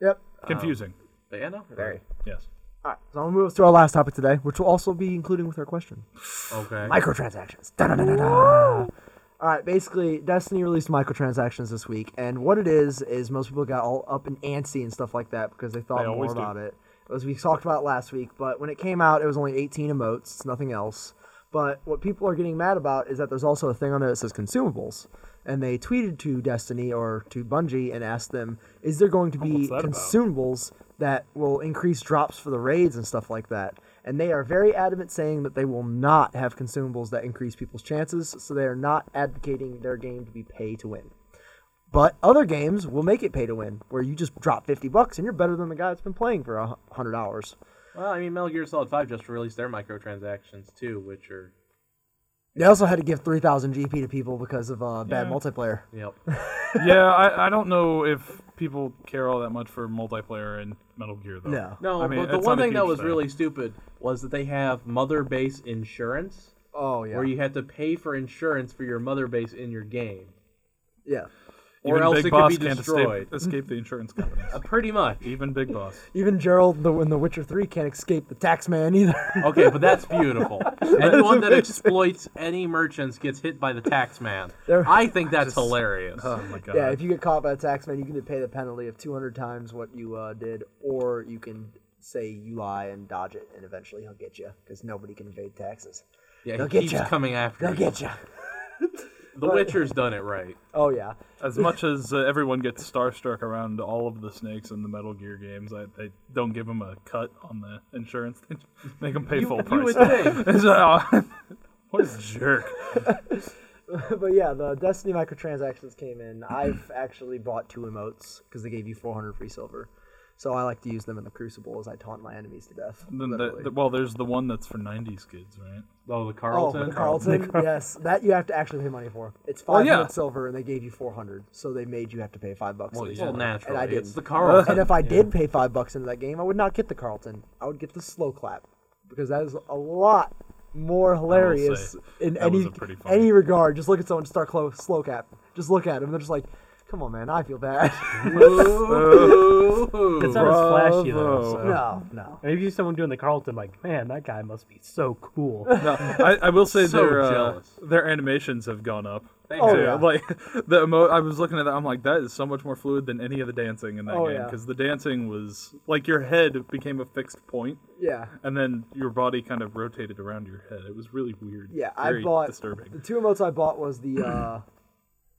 Speaker 3: Yep.
Speaker 4: Confusing.
Speaker 1: But yeah, no,
Speaker 3: Very.
Speaker 4: yes.
Speaker 3: All right, so I'm gonna move us to our last topic today, which will also be including with our question.
Speaker 1: Okay.
Speaker 3: Microtransactions. Da-da-da-da-da. All right, basically, Destiny released microtransactions this week, and what it is is most people got all up in antsy and stuff like that because they thought
Speaker 4: They
Speaker 3: more
Speaker 4: always do.
Speaker 3: about it. As we talked about last week, but when it came out, it was only 18 emotes, it's nothing else. But what people are getting mad about is that there's also a thing on there that says consumables, and they tweeted to Destiny or to Bungie and asked them, "Is there going to be
Speaker 4: Oh, what's that about?
Speaker 3: consumables that will increase drops for the raids and stuff like that?" And they are very adamant saying that they will not have consumables that increase people's chances, so they are not advocating their game to be pay to win. But other games will make it pay to win, where you just drop 50 bucks and you're better than the guy that's been playing for a 100 hours.
Speaker 1: Well, I mean, Metal Gear Solid Five just released their microtransactions too, which are
Speaker 3: They also had to give 3,000 GP to people because of uh, bad
Speaker 4: Yeah.
Speaker 3: multiplayer.
Speaker 1: yep.
Speaker 4: yeah, I, I don't know if people care all that much for multiplayer and Metal Gear though.
Speaker 3: No.
Speaker 1: [laughs] No,
Speaker 4: I mean,
Speaker 1: but the
Speaker 4: it's
Speaker 1: one
Speaker 4: not a
Speaker 1: thing that
Speaker 4: huge
Speaker 1: was
Speaker 4: thing.
Speaker 1: really stupid was that they have mother base insurance,
Speaker 3: Oh, yeah.
Speaker 1: where you had to pay for insurance for your mother base in your game,
Speaker 3: yeah.
Speaker 4: Even
Speaker 1: or else
Speaker 4: Big
Speaker 1: it
Speaker 4: Boss
Speaker 1: could be
Speaker 4: can't escape-
Speaker 1: destroyed.
Speaker 4: Escape, the insurance companies.
Speaker 1: Uh, pretty much.
Speaker 4: Even Big Boss.
Speaker 3: Even Gerald the, in The Witcher 3 can't escape the tax man either. [laughs]
Speaker 1: Okay, but that's
Speaker 4: [laughs]
Speaker 1: beautiful. Anyone that exploits any merchants gets hit by the tax man.
Speaker 3: There-
Speaker 1: I
Speaker 4: [laughs]
Speaker 1: think that's hilarious.
Speaker 4: Oh my god.
Speaker 3: yeah, if you get caught by a tax man, you can pay the penalty of 200 times what you uh, did, or you can say you lie and dodge it, and eventually he'll get you because nobody can evade taxes.
Speaker 1: Yeah,
Speaker 3: They'll
Speaker 1: he
Speaker 3: get
Speaker 1: keeps
Speaker 3: ya.
Speaker 1: coming after
Speaker 3: They'll
Speaker 1: you.
Speaker 3: get you.
Speaker 1: The Witcher's done
Speaker 4: [laughs]
Speaker 1: it right.
Speaker 3: Oh yeah. [laughs]
Speaker 4: As much as uh, everyone gets starstruck around all of the snakes in the Metal Gear games, I, they don't give them a cut on the insurance. They just make them pay full
Speaker 1: You
Speaker 4: price.
Speaker 1: would
Speaker 4: [laughs]
Speaker 1: think.
Speaker 4: It's like, "Oh, what a jerk!
Speaker 3: but yeah, the Destiny microtransactions came in.
Speaker 1: [clears throat]
Speaker 3: I've actually bought two emotes because they gave you 400 free silver. So I like to use them in the Crucible as I taunt my enemies to death.
Speaker 4: Then the-
Speaker 3: literally.
Speaker 4: the- well, there's the one that's for '90s kids, right?
Speaker 1: Oh, the
Speaker 3: oh,
Speaker 1: Carlton.
Speaker 3: the Carlton, yes, that you have to actually pay money for. It's 500
Speaker 4: yeah.
Speaker 3: silver, and they gave you 400, so they made you have to pay five bucks.
Speaker 1: Well,
Speaker 3: to do
Speaker 1: yeah,
Speaker 3: something. and
Speaker 1: naturally.
Speaker 3: I
Speaker 1: it's
Speaker 3: didn't.
Speaker 1: the Carlton.
Speaker 3: and if I did pay five bucks into that game, I would not get the Carlton. I would get the slow clap because that is a lot more hilarious
Speaker 4: say,
Speaker 3: in
Speaker 4: that was
Speaker 3: any
Speaker 4: a pretty funny-
Speaker 3: any regard. Just look at someone start close, slow clap. Just look at them. They're just like, "Come on, man, I feel bad." [laughs]
Speaker 5: It's not as flashy though.
Speaker 4: Bravo.
Speaker 5: So.
Speaker 3: no, no.
Speaker 5: And if you see someone doing the Carlton, like, man, that guy must be so cool.
Speaker 4: No, I, I will say
Speaker 1: [laughs] So
Speaker 4: their uh,
Speaker 1: jealous.
Speaker 4: their animations have gone up.
Speaker 1: They
Speaker 4: too.
Speaker 1: have.
Speaker 3: Oh, yeah.
Speaker 4: Like the emo- I was looking at that. I'm like, that is so much more fluid than any of the dancing in that
Speaker 3: Oh,
Speaker 4: game
Speaker 3: yeah.
Speaker 4: because the dancing was like your head became a fixed point,
Speaker 3: Yeah,
Speaker 4: and then your body kind of rotated around your head. It was really weird.
Speaker 3: yeah.
Speaker 4: Very
Speaker 3: I bought the [laughs]
Speaker 4: disturbing.
Speaker 3: two emotes. I bought was the uh,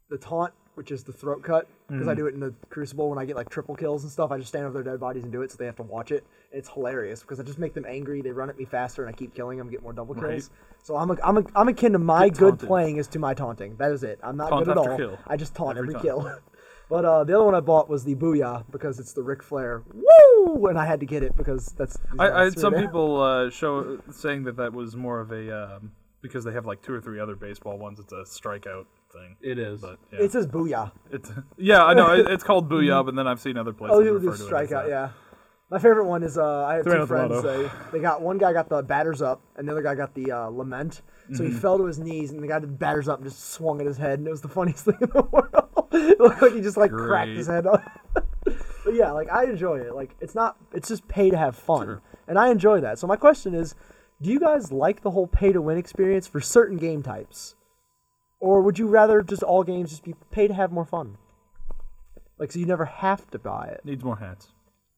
Speaker 3: the taunt, which is the throat cut, because I
Speaker 4: Mm.
Speaker 3: do it in the Crucible when I get like triple kills and stuff. I just stand over their dead bodies and do it, so they have to watch it. And it's hilarious because I just make them angry. They run at me faster, and I keep killing them, get more double kills. So I'm a, I'm a, I'm akin to my
Speaker 4: Get
Speaker 3: good
Speaker 4: taunted.
Speaker 3: playing is to my taunting. That is it. I'm not
Speaker 4: Taunt
Speaker 3: good at
Speaker 4: after
Speaker 3: all.
Speaker 4: kill.
Speaker 3: I just taunt every,
Speaker 4: Every time.
Speaker 3: kill. [laughs] But uh, the other one I bought was the Booyah because it's the Ric Flair woo, and I had to get it because that's.
Speaker 4: I, I had some
Speaker 3: people.
Speaker 4: people uh, show saying that that was more of a um, because they have like two or three other baseball ones. It's a strikeout thing.
Speaker 1: It is.
Speaker 4: But yeah,
Speaker 3: [laughs] It says Booyah.
Speaker 4: it's [laughs] yeah, I know it, it's called booyah, and then I've seen other places.
Speaker 3: Oh, you
Speaker 4: refer
Speaker 3: just
Speaker 4: to it as
Speaker 3: strike out,
Speaker 4: that.
Speaker 3: yeah. My favorite one is uh, I have
Speaker 4: Three
Speaker 3: two
Speaker 4: out of the
Speaker 3: friends. They, they got one guy got the batters up, and the other guy got the uh, lament. So
Speaker 4: Mm-hmm.
Speaker 3: he fell to his knees, and the guy did the batters up and just swung at his head, and it was the funniest [laughs] thing in the world. [laughs] it looked like he just like cracked his head
Speaker 4: Great.
Speaker 3: up. [laughs] but yeah, like I enjoy it. Like it's not, it's just pay to have fun, and I enjoy that. So my question is, do you guys like the whole pay to win experience for certain game types, or would you rather just all games just be pay to have more fun? Like so you never have to buy it.
Speaker 4: Needs more hats.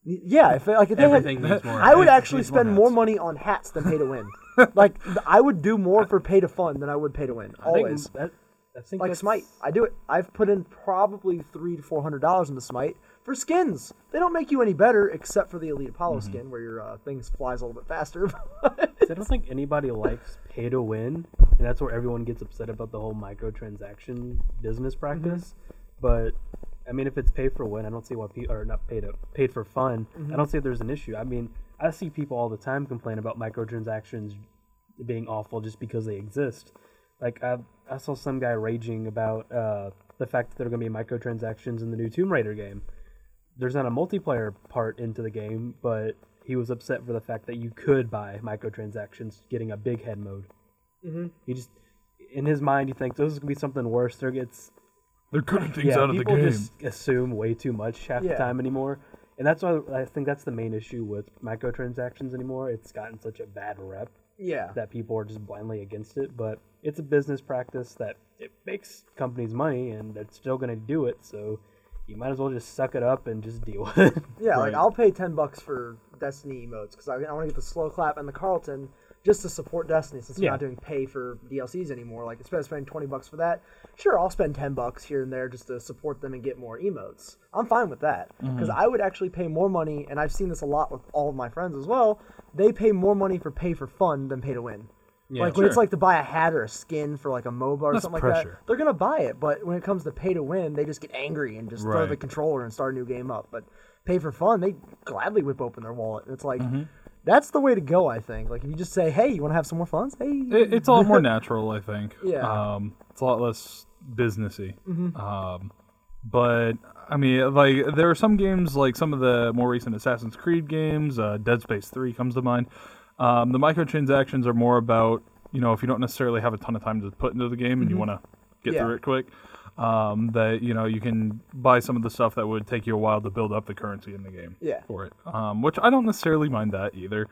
Speaker 3: Yeah, if like if they
Speaker 1: Everything
Speaker 3: had,
Speaker 1: needs more.
Speaker 3: I would
Speaker 4: Needs-
Speaker 3: actually
Speaker 4: needs more
Speaker 3: spend more
Speaker 4: hats.
Speaker 3: money on hats than pay to win. like th- I would do more for pay to fun than I would pay to win.
Speaker 5: I think
Speaker 3: Always.
Speaker 5: that- I think
Speaker 3: Like
Speaker 5: that's-
Speaker 3: Smite, I do it. I've put in probably three to four hundred dollars into Smite for skins. They don't make you any better except for the Elite Apollo skin, where your uh, things flies a little bit faster. [laughs]
Speaker 5: I don't think anybody likes pay to win, and that's where everyone gets upset about the whole microtransaction business practice. But I mean, if it's pay for win, I don't see why people or not paid to paid for fun. I don't see there's an issue. I mean, I see people all the time complain about microtransactions being awful just because they exist. Like I, I saw some guy raging about uh, the fact that there are going to be microtransactions in the new Tomb Raider game there's not a multiplayer part into the game, but he was upset for the fact that you could buy microtransactions getting a big head mode. Mm-hmm. He just, in his mind, he thinks this is gonna be something worse. There gets
Speaker 4: They're cutting things
Speaker 5: yeah,
Speaker 4: out of the
Speaker 5: people
Speaker 4: game.
Speaker 5: just assume way too much half
Speaker 3: Yeah.
Speaker 5: the time anymore, and that's why I think that's the main issue with microtransactions anymore. It's gotten such a bad rep
Speaker 3: yeah,
Speaker 5: that people are just blindly against it, but it's a business practice that it makes companies money, and they're still gonna do it. So you might as well just suck it up and just deal with it.
Speaker 3: yeah. Like
Speaker 4: Right.
Speaker 3: I'll pay ten bucks for Destiny emotes because I, I want to get the slow clap and the Carlton just to support Destiny since we're
Speaker 5: Yeah.
Speaker 3: not doing pay for DLCs anymore. Like instead of spending twenty bucks for that, sure I'll spend ten bucks here and there just to support them and get more emotes. I'm fine with that
Speaker 4: Mm-hmm.
Speaker 3: because I would actually pay more money, and I've seen this a lot with all of my friends as well. They pay more money for pay for fun than pay to win. like when it's
Speaker 4: sure.
Speaker 3: like to buy a hat or a skin for like a MOBA or
Speaker 4: That's
Speaker 3: something like that,
Speaker 4: pressure.
Speaker 3: they're gonna buy it. But when it comes to pay to win, they just get angry and just throw the
Speaker 4: Right.
Speaker 3: controller and start a new game up. But pay for fun, they gladly whip open their wallet. And it's like that's the way to go, I think. Like if you just say, "Hey, you want to have some more funds?" Hey,
Speaker 4: It, it's a lot more natural, I
Speaker 1: [laughs]
Speaker 4: think.
Speaker 3: Yeah.
Speaker 4: Um, it's a lot less businessy.
Speaker 1: Mm-hmm.
Speaker 4: Um, but I mean, like there are some games, like some of the more recent Assassin's Creed games, uh, Dead Space Three comes to mind. Um, the microtransactions are more about you know if you don't necessarily have a ton of time to put into the game
Speaker 1: Mm-hmm.
Speaker 4: and you want to get
Speaker 3: Yeah.
Speaker 4: through it quick. Um, that you know you can buy some of the stuff that would take you a while to build up the currency in the game
Speaker 3: Yeah.
Speaker 4: for it, um, which I don't necessarily mind that either.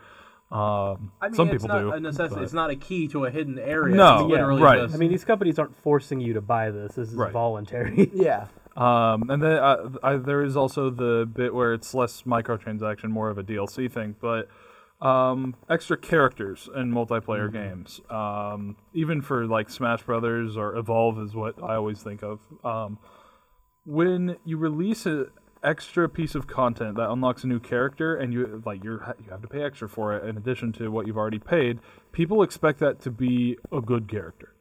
Speaker 4: Um,
Speaker 1: I mean,
Speaker 4: some
Speaker 1: it's
Speaker 4: people
Speaker 1: not
Speaker 4: do.
Speaker 1: a necessity.
Speaker 4: but-
Speaker 1: It's not a key to a hidden area.
Speaker 4: No,
Speaker 1: it's literally
Speaker 4: right.
Speaker 1: Just,
Speaker 5: I mean, these companies aren't forcing you to buy this. This is
Speaker 4: Right.
Speaker 3: [laughs]
Speaker 5: voluntary.
Speaker 3: yeah,
Speaker 4: Um, and then uh, I, there is also the bit where it's less microtransaction, more of a DLC thing. But um, extra characters in multiplayer games. Um, even for like Smash Brothers or Evolve is what I always think of. Um, when you release an extra piece of content that unlocks a new character and you like you're you have to pay extra for it in addition to what you've already paid, people expect that to be a good character.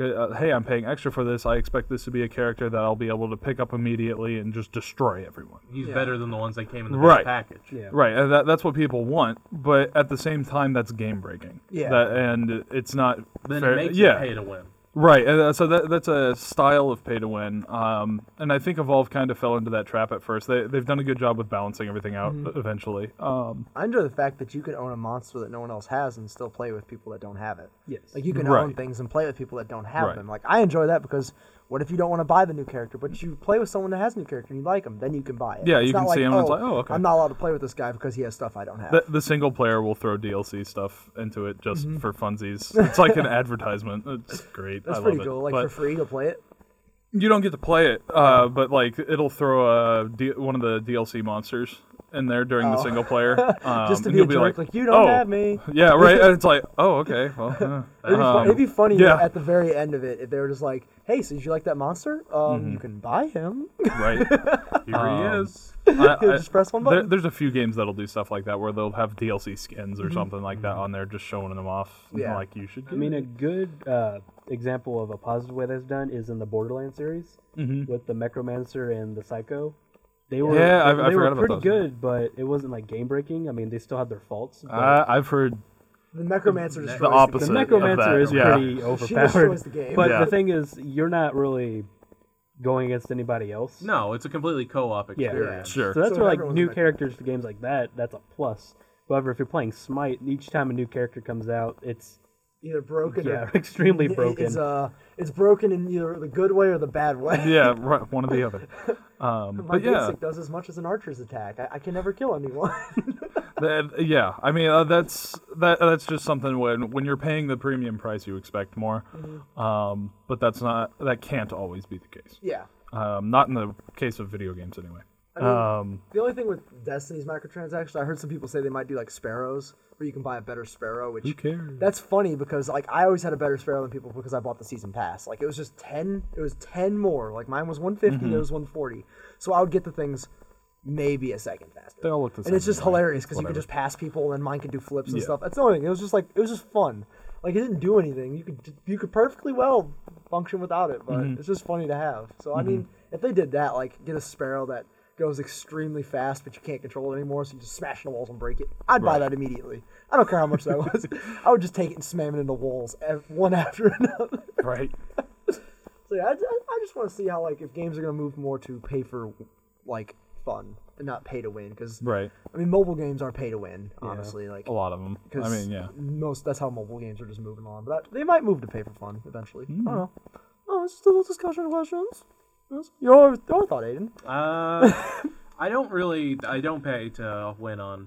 Speaker 4: Uh, hey, I'm paying extra for this. I expect this to be a character that I'll be able to pick up immediately and just destroy everyone.
Speaker 1: He's better than the ones that came in the base
Speaker 4: Right.
Speaker 1: package.
Speaker 5: Yeah.
Speaker 4: Right, and that, that's what people want, but at the same time, that's game breaking.
Speaker 3: Yeah.
Speaker 4: that, and it's not.
Speaker 1: Then
Speaker 4: fair-
Speaker 1: it makes
Speaker 4: yeah,
Speaker 1: it pay to win.
Speaker 4: right. And uh, so that, that's a style of pay to win. Um, and I think Evolve kind of fell into that trap at first. They they've done a good job with balancing everything out
Speaker 3: Mm-hmm.
Speaker 4: eventually. Um,
Speaker 3: I enjoy the fact that you can own a monster that no one else has and still play with people that don't have it.
Speaker 5: Yes.
Speaker 3: Like you can own
Speaker 4: Right.
Speaker 3: things and play with people that don't have
Speaker 4: Right.
Speaker 3: them. Like I enjoy that because what if you don't want to buy the new character, but you play with someone that has a new character and you like them, then you can buy it.
Speaker 4: Yeah,
Speaker 3: It's
Speaker 4: you
Speaker 3: not
Speaker 4: can
Speaker 3: like,
Speaker 4: see 'em and it's like, oh, okay."
Speaker 3: I'm not allowed to play with this guy because he has stuff I don't have.
Speaker 4: the, the single player will throw DLC stuff into it just
Speaker 3: Mm-hmm.
Speaker 4: for funsies. It's
Speaker 3: [laughs]
Speaker 4: like an advertisement. It's great.
Speaker 3: That's
Speaker 4: I
Speaker 3: pretty
Speaker 4: love
Speaker 3: cool.
Speaker 4: It.
Speaker 3: Like
Speaker 4: But-
Speaker 3: for free, you'll play it.
Speaker 4: You don't get to play it, uh, but like it'll throw a D- one of the DLC monsters in there during the single player. Um,
Speaker 3: Oh. [laughs] Just to
Speaker 4: and
Speaker 3: be
Speaker 4: you'll
Speaker 3: a jerk, like, "You don't
Speaker 4: oh.
Speaker 3: have me."
Speaker 4: [laughs] Yeah, right. And it's like, oh, okay.
Speaker 3: [laughs] It'd
Speaker 4: Well, uh,
Speaker 3: be, fu-
Speaker 4: um,
Speaker 3: it'd be funny
Speaker 4: yeah.
Speaker 3: at the very end of it if they were just like, "Hey, so did you like that monster? Um,
Speaker 4: Mm-hmm.
Speaker 3: you can buy him."
Speaker 4: [laughs]
Speaker 3: [laughs]
Speaker 4: right.
Speaker 1: Here he
Speaker 4: Um,
Speaker 1: is.
Speaker 4: I- I-
Speaker 3: Just press one
Speaker 4: there-
Speaker 3: button.
Speaker 4: there's a few games that'll do stuff like that where they'll have DLC skins or something like that on there, just showing them off. and,
Speaker 3: Mm-hmm. Yeah.
Speaker 4: Like you should.
Speaker 5: I
Speaker 4: do
Speaker 5: mean,
Speaker 4: it.
Speaker 5: a good uh, example of a positive way that's done is in the Borderlands series with the Necromancer and the Psycho. They were
Speaker 4: Mm-hmm. Yeah, I- I forgot
Speaker 5: they, were
Speaker 4: about
Speaker 5: pretty
Speaker 4: those.
Speaker 5: good, but it wasn't like game breaking. I mean, they still had their faults. But
Speaker 4: I, I've heard
Speaker 3: The necromancer destroys
Speaker 4: the
Speaker 5: the
Speaker 4: opposite. of
Speaker 5: Necromancer
Speaker 4: that,
Speaker 5: is
Speaker 4: yeah.
Speaker 5: pretty
Speaker 3: She
Speaker 5: overpowered.
Speaker 3: destroys the game.
Speaker 5: [laughs] But
Speaker 4: Yeah.
Speaker 5: the thing is, you're not really going against anybody else.
Speaker 1: No, it's a completely co-op
Speaker 5: Yeah.
Speaker 1: experience.
Speaker 4: Sure.
Speaker 5: So that's
Speaker 3: So
Speaker 5: where like
Speaker 3: everyone's
Speaker 5: new
Speaker 3: a-
Speaker 5: characters to games like that, that's a plus. However, if you're playing Smite, each time a new character comes out, it's
Speaker 3: either broken
Speaker 5: yeah, [laughs]
Speaker 3: or
Speaker 5: extremely
Speaker 3: [laughs] it-
Speaker 5: broken.
Speaker 3: It's uh, it's broken in either the good way or the bad way.
Speaker 4: yeah, right, one or the
Speaker 3: [laughs]
Speaker 4: other. Um,
Speaker 3: My
Speaker 4: but yeah,
Speaker 3: basic does as much as an archer's attack. I, I can never kill anyone. [laughs]
Speaker 4: That, yeah, I mean uh, that's that that's just something when when you're paying the premium price, you expect more.
Speaker 3: Mm-hmm.
Speaker 4: Um, but that's not that can't always be the case.
Speaker 3: yeah.
Speaker 4: Um, not in the case of video games anyway. um,
Speaker 3: The only thing with Destiny's microtransactions, I heard some people say they might do like sparrows, where you can buy a better sparrow. Which
Speaker 4: who cares?
Speaker 3: that's funny because like I always had a better sparrow than people because I bought the season pass. Like it was just ten, it was ten more. Like mine was one
Speaker 4: Mm-hmm.
Speaker 3: it was one forty. So I would get the things maybe a second faster.
Speaker 4: They all look the
Speaker 3: and it's
Speaker 4: same
Speaker 3: just
Speaker 4: anyway.
Speaker 3: hilarious because you could
Speaker 4: Whatever.
Speaker 3: just pass people and mine could do flips and
Speaker 4: Yeah.
Speaker 3: stuff. That's the only thing. It was just like it was just fun. Like it didn't do anything. You could you could perfectly well function without it, but
Speaker 4: Mm-hmm.
Speaker 3: it's just funny to have. So I mean, if they did that, like get a sparrow that goes extremely fast, but you can't control it anymore, so you just smash the walls and break it. I'd buy that immediately. I don't care how
Speaker 4: [laughs]
Speaker 3: much that was. I would just take it and slam it into walls ev- one [laughs] after another.
Speaker 4: Right.
Speaker 3: So yeah, I, I- I just want to see how like if games are gonna move more to pay for like fun and not pay to win because
Speaker 4: Right.
Speaker 3: I mean, mobile games are pay to win, honestly. Like,
Speaker 4: A lot of them. Oh, I
Speaker 3: 'cause
Speaker 4: mean, yeah.
Speaker 3: most that's how mobile games are just moving on. But they might move to pay for fun eventually. I don't know. Oh, it's just a little discussion of questions. Yes. Your, your thought, Aiden.
Speaker 1: Uh, I don't really, I don't pay to win on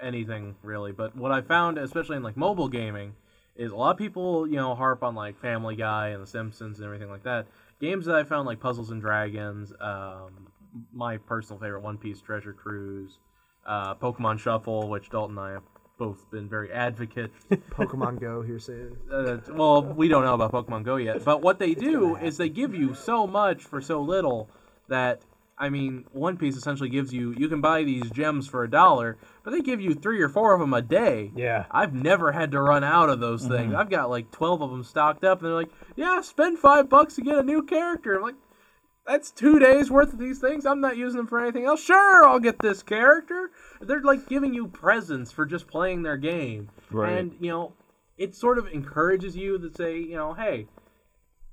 Speaker 1: anything really. But what I found, especially in like mobile gaming, is a lot of people, you know, harp on like Family Guy and The Simpsons and everything like that. Games that I found like Puzzles and Dragons, um, my personal favorite One Piece Treasure Cruise, uh, Pokemon Shuffle, which Dalton and I have both been very advocates
Speaker 3: Pokemon Go here soon.
Speaker 1: uh, well, we don't know about Pokemon Go yet, but what they do is they give you so much for so little that I mean, One Piece essentially gives you you can buy these gems for a dollar, but they give you three or four of them a day.
Speaker 5: Yeah.
Speaker 1: I've never had to run out of those things. I've got like twelve of them stocked up, and they're like, "Yeah, spend five bucks to get a new character." I'm like, that's two days worth of these things. I'm not using them for anything else. Sure, I'll get this character. They're like giving you presents for just playing their game.
Speaker 4: Right.
Speaker 1: And, you know, it sort of encourages you to say, you know, hey,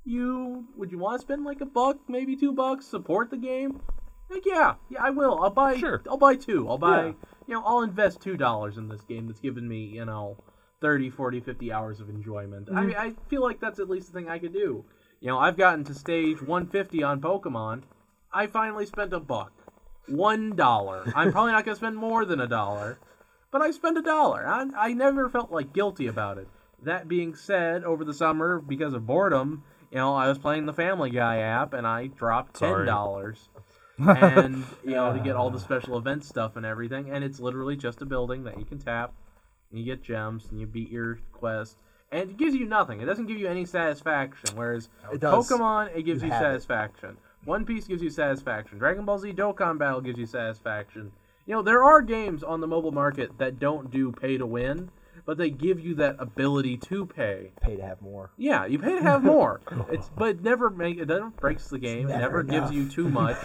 Speaker 1: you would you want to spend like a buck, maybe two bucks, support the game? Like, yeah, yeah, I will. I'll buy
Speaker 4: Sure.
Speaker 1: I'll buy two. I'll buy,
Speaker 5: Yeah.
Speaker 1: you know, I'll invest $2 in this game that's given me, you know, 30, 40, 50 hours of enjoyment. I mean, I feel like that's at least the thing I could do. You know, I've gotten to stage 150 on Pokemon. I finally spent a buck. One dollar. I'm probably not going to spend more than a dollar, but I spent a dollar. I, I never felt like guilty about it. That being said, over the summer, because of boredom, you know, I was playing the Family Guy app and I dropped
Speaker 4: Sorry.
Speaker 1: ten dollars
Speaker 3: Uh.
Speaker 1: and you know to get all the special event stuff and everything and it's literally just a building that you can tap and you get gems and you beat your quest. And it gives you nothing. It doesn't give you any satisfaction. Whereas
Speaker 3: It does.
Speaker 1: Pokemon, it gives
Speaker 3: You
Speaker 1: you,
Speaker 3: have it.
Speaker 1: satisfaction. One Piece gives you satisfaction. Dragon Ball Z Dokkan Battle gives you satisfaction. You know, there are games on the mobile market that don't do pay to win, but they give you that ability to pay.
Speaker 3: Pay to have more.
Speaker 1: Yeah, you pay to have more. It's but it never make it never breaks the game. It
Speaker 3: never
Speaker 1: never gives
Speaker 3: enough.
Speaker 1: you
Speaker 3: [laughs]
Speaker 1: too much.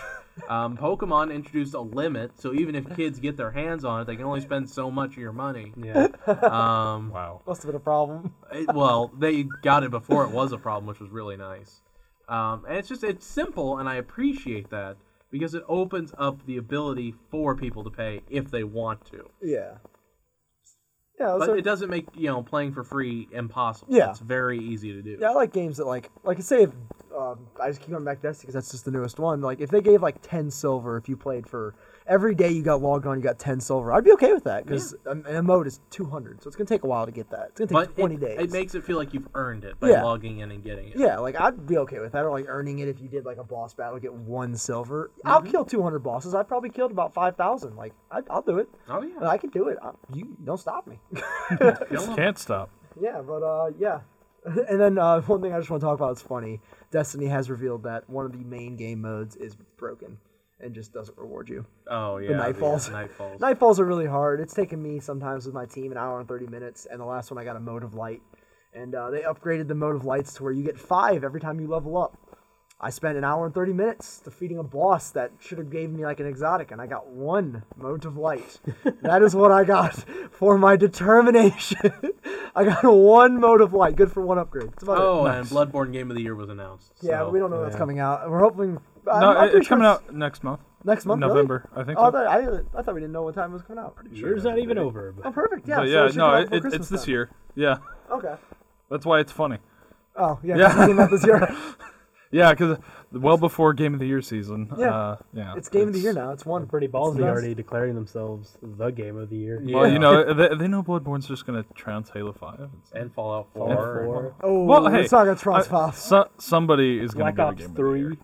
Speaker 1: Um, Pokemon introduced a limit, so even if kids get their hands on it, they can only spend so much of your money.
Speaker 5: Yeah.
Speaker 1: Um,
Speaker 4: Wow.
Speaker 3: Must have been a problem.
Speaker 1: it- well, they got it before it was a problem, which was really nice. Um, and it's just it's simple, and I appreciate that because it opens up the ability for people to pay if they want to.
Speaker 3: Yeah. Yeah, those
Speaker 1: But
Speaker 3: are-
Speaker 1: it doesn't make you know playing for free impossible.
Speaker 3: Yeah.
Speaker 1: it's very easy to do.
Speaker 3: yeah, I like games that like like say if um, I just keep going back to this because that's just the newest one. Like if they gave like ten silver if you played for every day you got logged on, you got ten silver. I'd be okay with that because an emote is two hundred, so it's gonna take a while to get that. It's gonna take
Speaker 1: but
Speaker 3: twenty
Speaker 1: it,
Speaker 3: days.
Speaker 1: it makes it feel like you've earned it by
Speaker 3: Yeah.
Speaker 1: logging in and getting it.
Speaker 3: Yeah, like I'd be okay with that, or like earning it if you did like a boss battle, get one silver. I'll
Speaker 1: Mm-hmm.
Speaker 3: kill two hundred bosses. I probably killed about five thousand. Like I, I'll do it.
Speaker 1: Oh yeah.
Speaker 3: I can do it. I, you don't stop me. [laughs]
Speaker 1: Kill 'em.
Speaker 4: Can't stop.
Speaker 3: yeah, but uh, yeah. [laughs] And then uh, one thing I just want to talk about is funny. Destiny has revealed that one of the main game modes is broken and just doesn't reward you.
Speaker 1: Oh yeah.
Speaker 3: The Nightfalls. [laughs]
Speaker 1: Yeah, Nightfalls.
Speaker 3: Nightfalls are really hard. It's taken me sometimes with my team an hour and 30 minutes, and the last one I got a mode of light. And uh, they upgraded the mode of lights to where you get five every time you level up. I spent an hour and 30 minutes defeating a boss that should have gave me like an exotic, and I got one mode of
Speaker 4: [laughs]
Speaker 3: light. that is what I got for my determination. [laughs] I got one mode of light. Good for one upgrade. That's about
Speaker 1: oh,
Speaker 3: it.
Speaker 1: and Bloodborne Game of the Year was announced.
Speaker 3: Yeah,
Speaker 1: so-
Speaker 3: we don't know when that's coming out. We're hoping. I'm-
Speaker 4: No,
Speaker 3: I'm
Speaker 4: it-
Speaker 3: pretty
Speaker 4: it's
Speaker 3: sure
Speaker 4: coming out next month.
Speaker 3: next month. really?
Speaker 4: November, I think.
Speaker 3: Oh, I,
Speaker 4: so.
Speaker 3: thought, I, didn't- I thought we didn't know what time it was coming out.
Speaker 5: Year's not even over.
Speaker 3: Oh,
Speaker 5: But
Speaker 3: perfect. Yeah.
Speaker 4: But
Speaker 3: so
Speaker 4: yeah,
Speaker 3: it should
Speaker 4: no,
Speaker 3: come out
Speaker 4: it,
Speaker 3: before
Speaker 4: it, it's
Speaker 3: Christmas
Speaker 4: this
Speaker 3: then.
Speaker 4: year. Yeah,
Speaker 3: Okay.
Speaker 4: that's why it's funny.
Speaker 3: Oh yeah.
Speaker 4: Yeah.
Speaker 3: It's, not this
Speaker 4: [laughs]
Speaker 3: year.
Speaker 4: Yeah, because well before Game of the Year season.
Speaker 3: Yeah.
Speaker 4: uh, yeah.
Speaker 3: it's game of the year now. It's one.
Speaker 5: pretty ballsy
Speaker 3: the best.
Speaker 5: already declaring themselves the game of the year.
Speaker 4: Well,
Speaker 1: Yeah.
Speaker 4: you
Speaker 3: [laughs]
Speaker 4: know they, they know Bloodborne's just gonna trounce Halo Five.
Speaker 1: And Fallout Four.
Speaker 5: Fallout 4,
Speaker 3: Oh,
Speaker 4: Well, hey,
Speaker 3: it's not gonna trust
Speaker 4: I-
Speaker 3: files.
Speaker 4: So, somebody is gonna
Speaker 5: Black
Speaker 4: give it
Speaker 5: Ops
Speaker 4: Game of
Speaker 5: 3.
Speaker 4: the Year.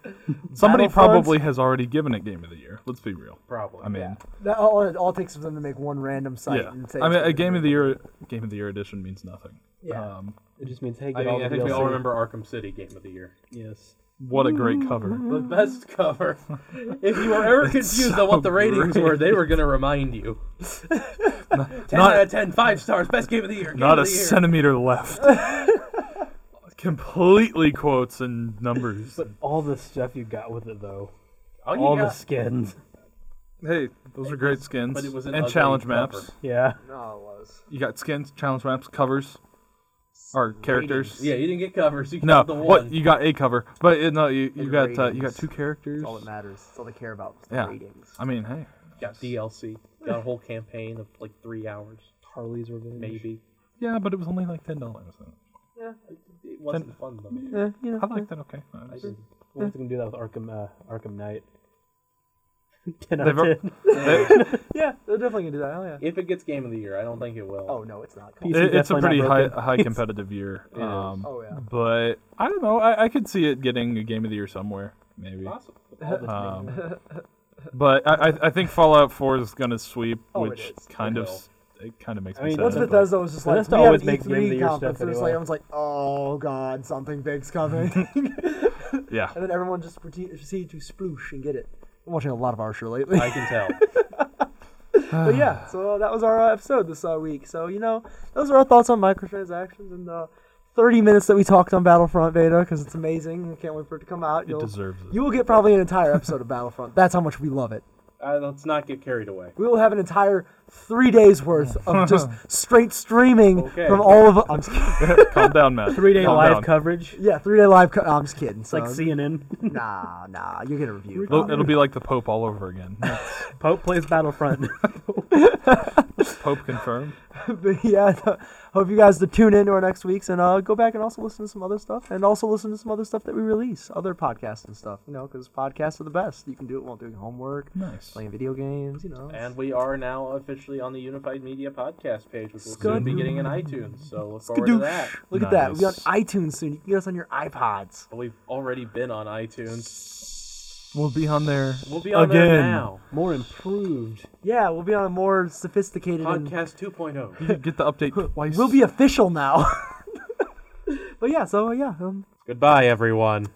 Speaker 4: Somebody
Speaker 3: Battlefront.
Speaker 4: probably has already given it Game of the Year. Let's be real.
Speaker 1: Probably.
Speaker 4: I mean,
Speaker 3: That, all it all it takes is them to make one random site
Speaker 4: yeah.
Speaker 3: and say.
Speaker 4: I
Speaker 3: it's
Speaker 4: mean, a
Speaker 3: gonna
Speaker 4: Game
Speaker 3: be-
Speaker 4: of the Year Game of the Year edition means nothing.
Speaker 3: Yeah.
Speaker 4: Um,
Speaker 5: It just means, hey,
Speaker 1: I
Speaker 5: get all
Speaker 1: mean,
Speaker 5: the
Speaker 1: I think we
Speaker 5: DLC.
Speaker 1: all remember Arkham City Game of the Year.
Speaker 5: Yes.
Speaker 4: what a great cover.
Speaker 1: The best cover. If you were ever confused on what the ratings
Speaker 4: great.
Speaker 1: were, they were going to remind you. [laughs] 10
Speaker 4: not-
Speaker 1: out of 10, 5 stars, best game of the year. Game
Speaker 4: Not a
Speaker 1: of the year.
Speaker 4: centimeter
Speaker 1: [laughs]
Speaker 4: left. Completely quotes and numbers.
Speaker 5: But all the stuff you got with it, though.
Speaker 1: Oh,
Speaker 5: all
Speaker 1: yeah.
Speaker 5: the skins. [laughs]
Speaker 4: Hey, those are great skins.
Speaker 1: but it was an
Speaker 4: and
Speaker 1: ugly
Speaker 4: challenge
Speaker 1: cover.
Speaker 4: maps.
Speaker 5: Yeah.
Speaker 3: No, it was.
Speaker 4: You got skins, challenge maps, covers, or characters.
Speaker 1: Yeah, you didn't get covers. You got
Speaker 4: No,
Speaker 1: the one.
Speaker 4: what you got a cover, but uh, no, you, you got uh, you got
Speaker 3: ratings.
Speaker 4: two characters.
Speaker 3: That's all that matters. That's all they care about. is the
Speaker 4: Yeah.
Speaker 3: Ratings.
Speaker 4: I mean, hey,
Speaker 1: got DLC. Got a whole campaign of like three hours,
Speaker 5: Harley's Revenge.
Speaker 1: maybe.
Speaker 4: yeah, but it was only like ten dollars.
Speaker 1: It wasn't fun though.
Speaker 3: Eh, you know,
Speaker 4: I like that. Okay,
Speaker 1: I did.
Speaker 5: We're going to do that with Arkham, uh, Arkham Knight. [laughs] 10 out
Speaker 4: They've al-
Speaker 5: of 10.
Speaker 4: It-
Speaker 3: yeah, they're definitely gonna do that. Oh yeah.
Speaker 1: If it gets game of the year, I don't think it will.
Speaker 3: Oh no, it's not. Come
Speaker 5: Piece-
Speaker 3: on.
Speaker 4: it's a
Speaker 5: definitely
Speaker 4: pretty
Speaker 5: not
Speaker 4: high
Speaker 5: broken.
Speaker 4: high competitive year.
Speaker 1: is.
Speaker 4: Um,
Speaker 3: Oh, yeah.
Speaker 4: But I don't know. I, I could see it getting a game of the year somewhere, maybe.
Speaker 1: Possible. All the time.
Speaker 4: [laughs] Um, but I, I- I think Fallout Four is gonna sweep,
Speaker 3: Oh, it
Speaker 4: which
Speaker 3: is.
Speaker 4: kind
Speaker 1: It
Speaker 4: of
Speaker 1: will.
Speaker 4: s- it kind of makes
Speaker 5: I
Speaker 4: me
Speaker 5: mean,
Speaker 4: sad.
Speaker 3: Once
Speaker 5: Bethesda-
Speaker 4: but-
Speaker 3: Bethesda was just like,
Speaker 5: Bethesda
Speaker 3: we
Speaker 5: always
Speaker 3: have an
Speaker 5: makes
Speaker 3: E3
Speaker 5: Game of the Year stuff
Speaker 3: conference, and it's
Speaker 5: anyway.
Speaker 3: like, everyone's like, oh god, something big's coming, [laughs] and
Speaker 4: yeah,
Speaker 3: then everyone just proceed- proceeded to sploosh and get it. I'm watching a lot of Archer lately.
Speaker 1: I can tell.
Speaker 3: but yeah, so uh, that was our uh, episode this uh, week. So you know, those are our thoughts on microtransactions and uh, 30 minutes that we talked on Battlefront beta because it's amazing. I can't wait for it to come out.
Speaker 4: it
Speaker 3: You'll,
Speaker 4: deserves it.
Speaker 3: You will get probably an entire episode of Battlefront. That's how much we love it.
Speaker 1: Uh, let's not get carried away.
Speaker 3: We will have an entire three days worth of just straight streaming
Speaker 1: Okay.
Speaker 3: from all of. I'm just kidding.
Speaker 4: [laughs] Calm down, Matt.
Speaker 5: Three day
Speaker 4: Calm
Speaker 5: live
Speaker 4: down.
Speaker 5: coverage. It's
Speaker 3: Yeah, three day live. Co- no, I'm just kidding. So,
Speaker 5: like CNN. [laughs]
Speaker 3: nah, nah, you'll get a review.
Speaker 4: Look, It'll be like the Pope all over again. [laughs]
Speaker 5: Pope
Speaker 3: [laughs]
Speaker 5: plays Battlefront.
Speaker 4: Pope confirmed.
Speaker 3: but [laughs] yeah, no, hope you guys to tune in to our next weeks and uh, go back and also listen to some other stuff and also listen to some other stuff that we release, other podcasts and stuff. You know, because podcasts are the best. You can do it while doing homework,
Speaker 4: Nice.
Speaker 3: playing video games. You know,
Speaker 1: And we are now officially on the Unified Media Podcast page, which will soon
Speaker 3: Skadoosh.
Speaker 1: be getting in iTunes. So look forward to that.
Speaker 3: Skadoosh. Look at that. We'll be on
Speaker 4: Nice.
Speaker 3: iTunes soon. You can get us on your iPods.
Speaker 1: But We've already been on iTunes.
Speaker 4: We'll be on there.
Speaker 1: We'll be on
Speaker 4: again.
Speaker 1: there now.
Speaker 5: More improved.
Speaker 3: Yeah, we'll be on a more sophisticated. And,
Speaker 1: Podcast oh. 2.0.
Speaker 4: You [laughs] get the update twice.
Speaker 3: we'll be official now. [laughs] but yeah, so yeah, um,
Speaker 1: Goodbye, everyone.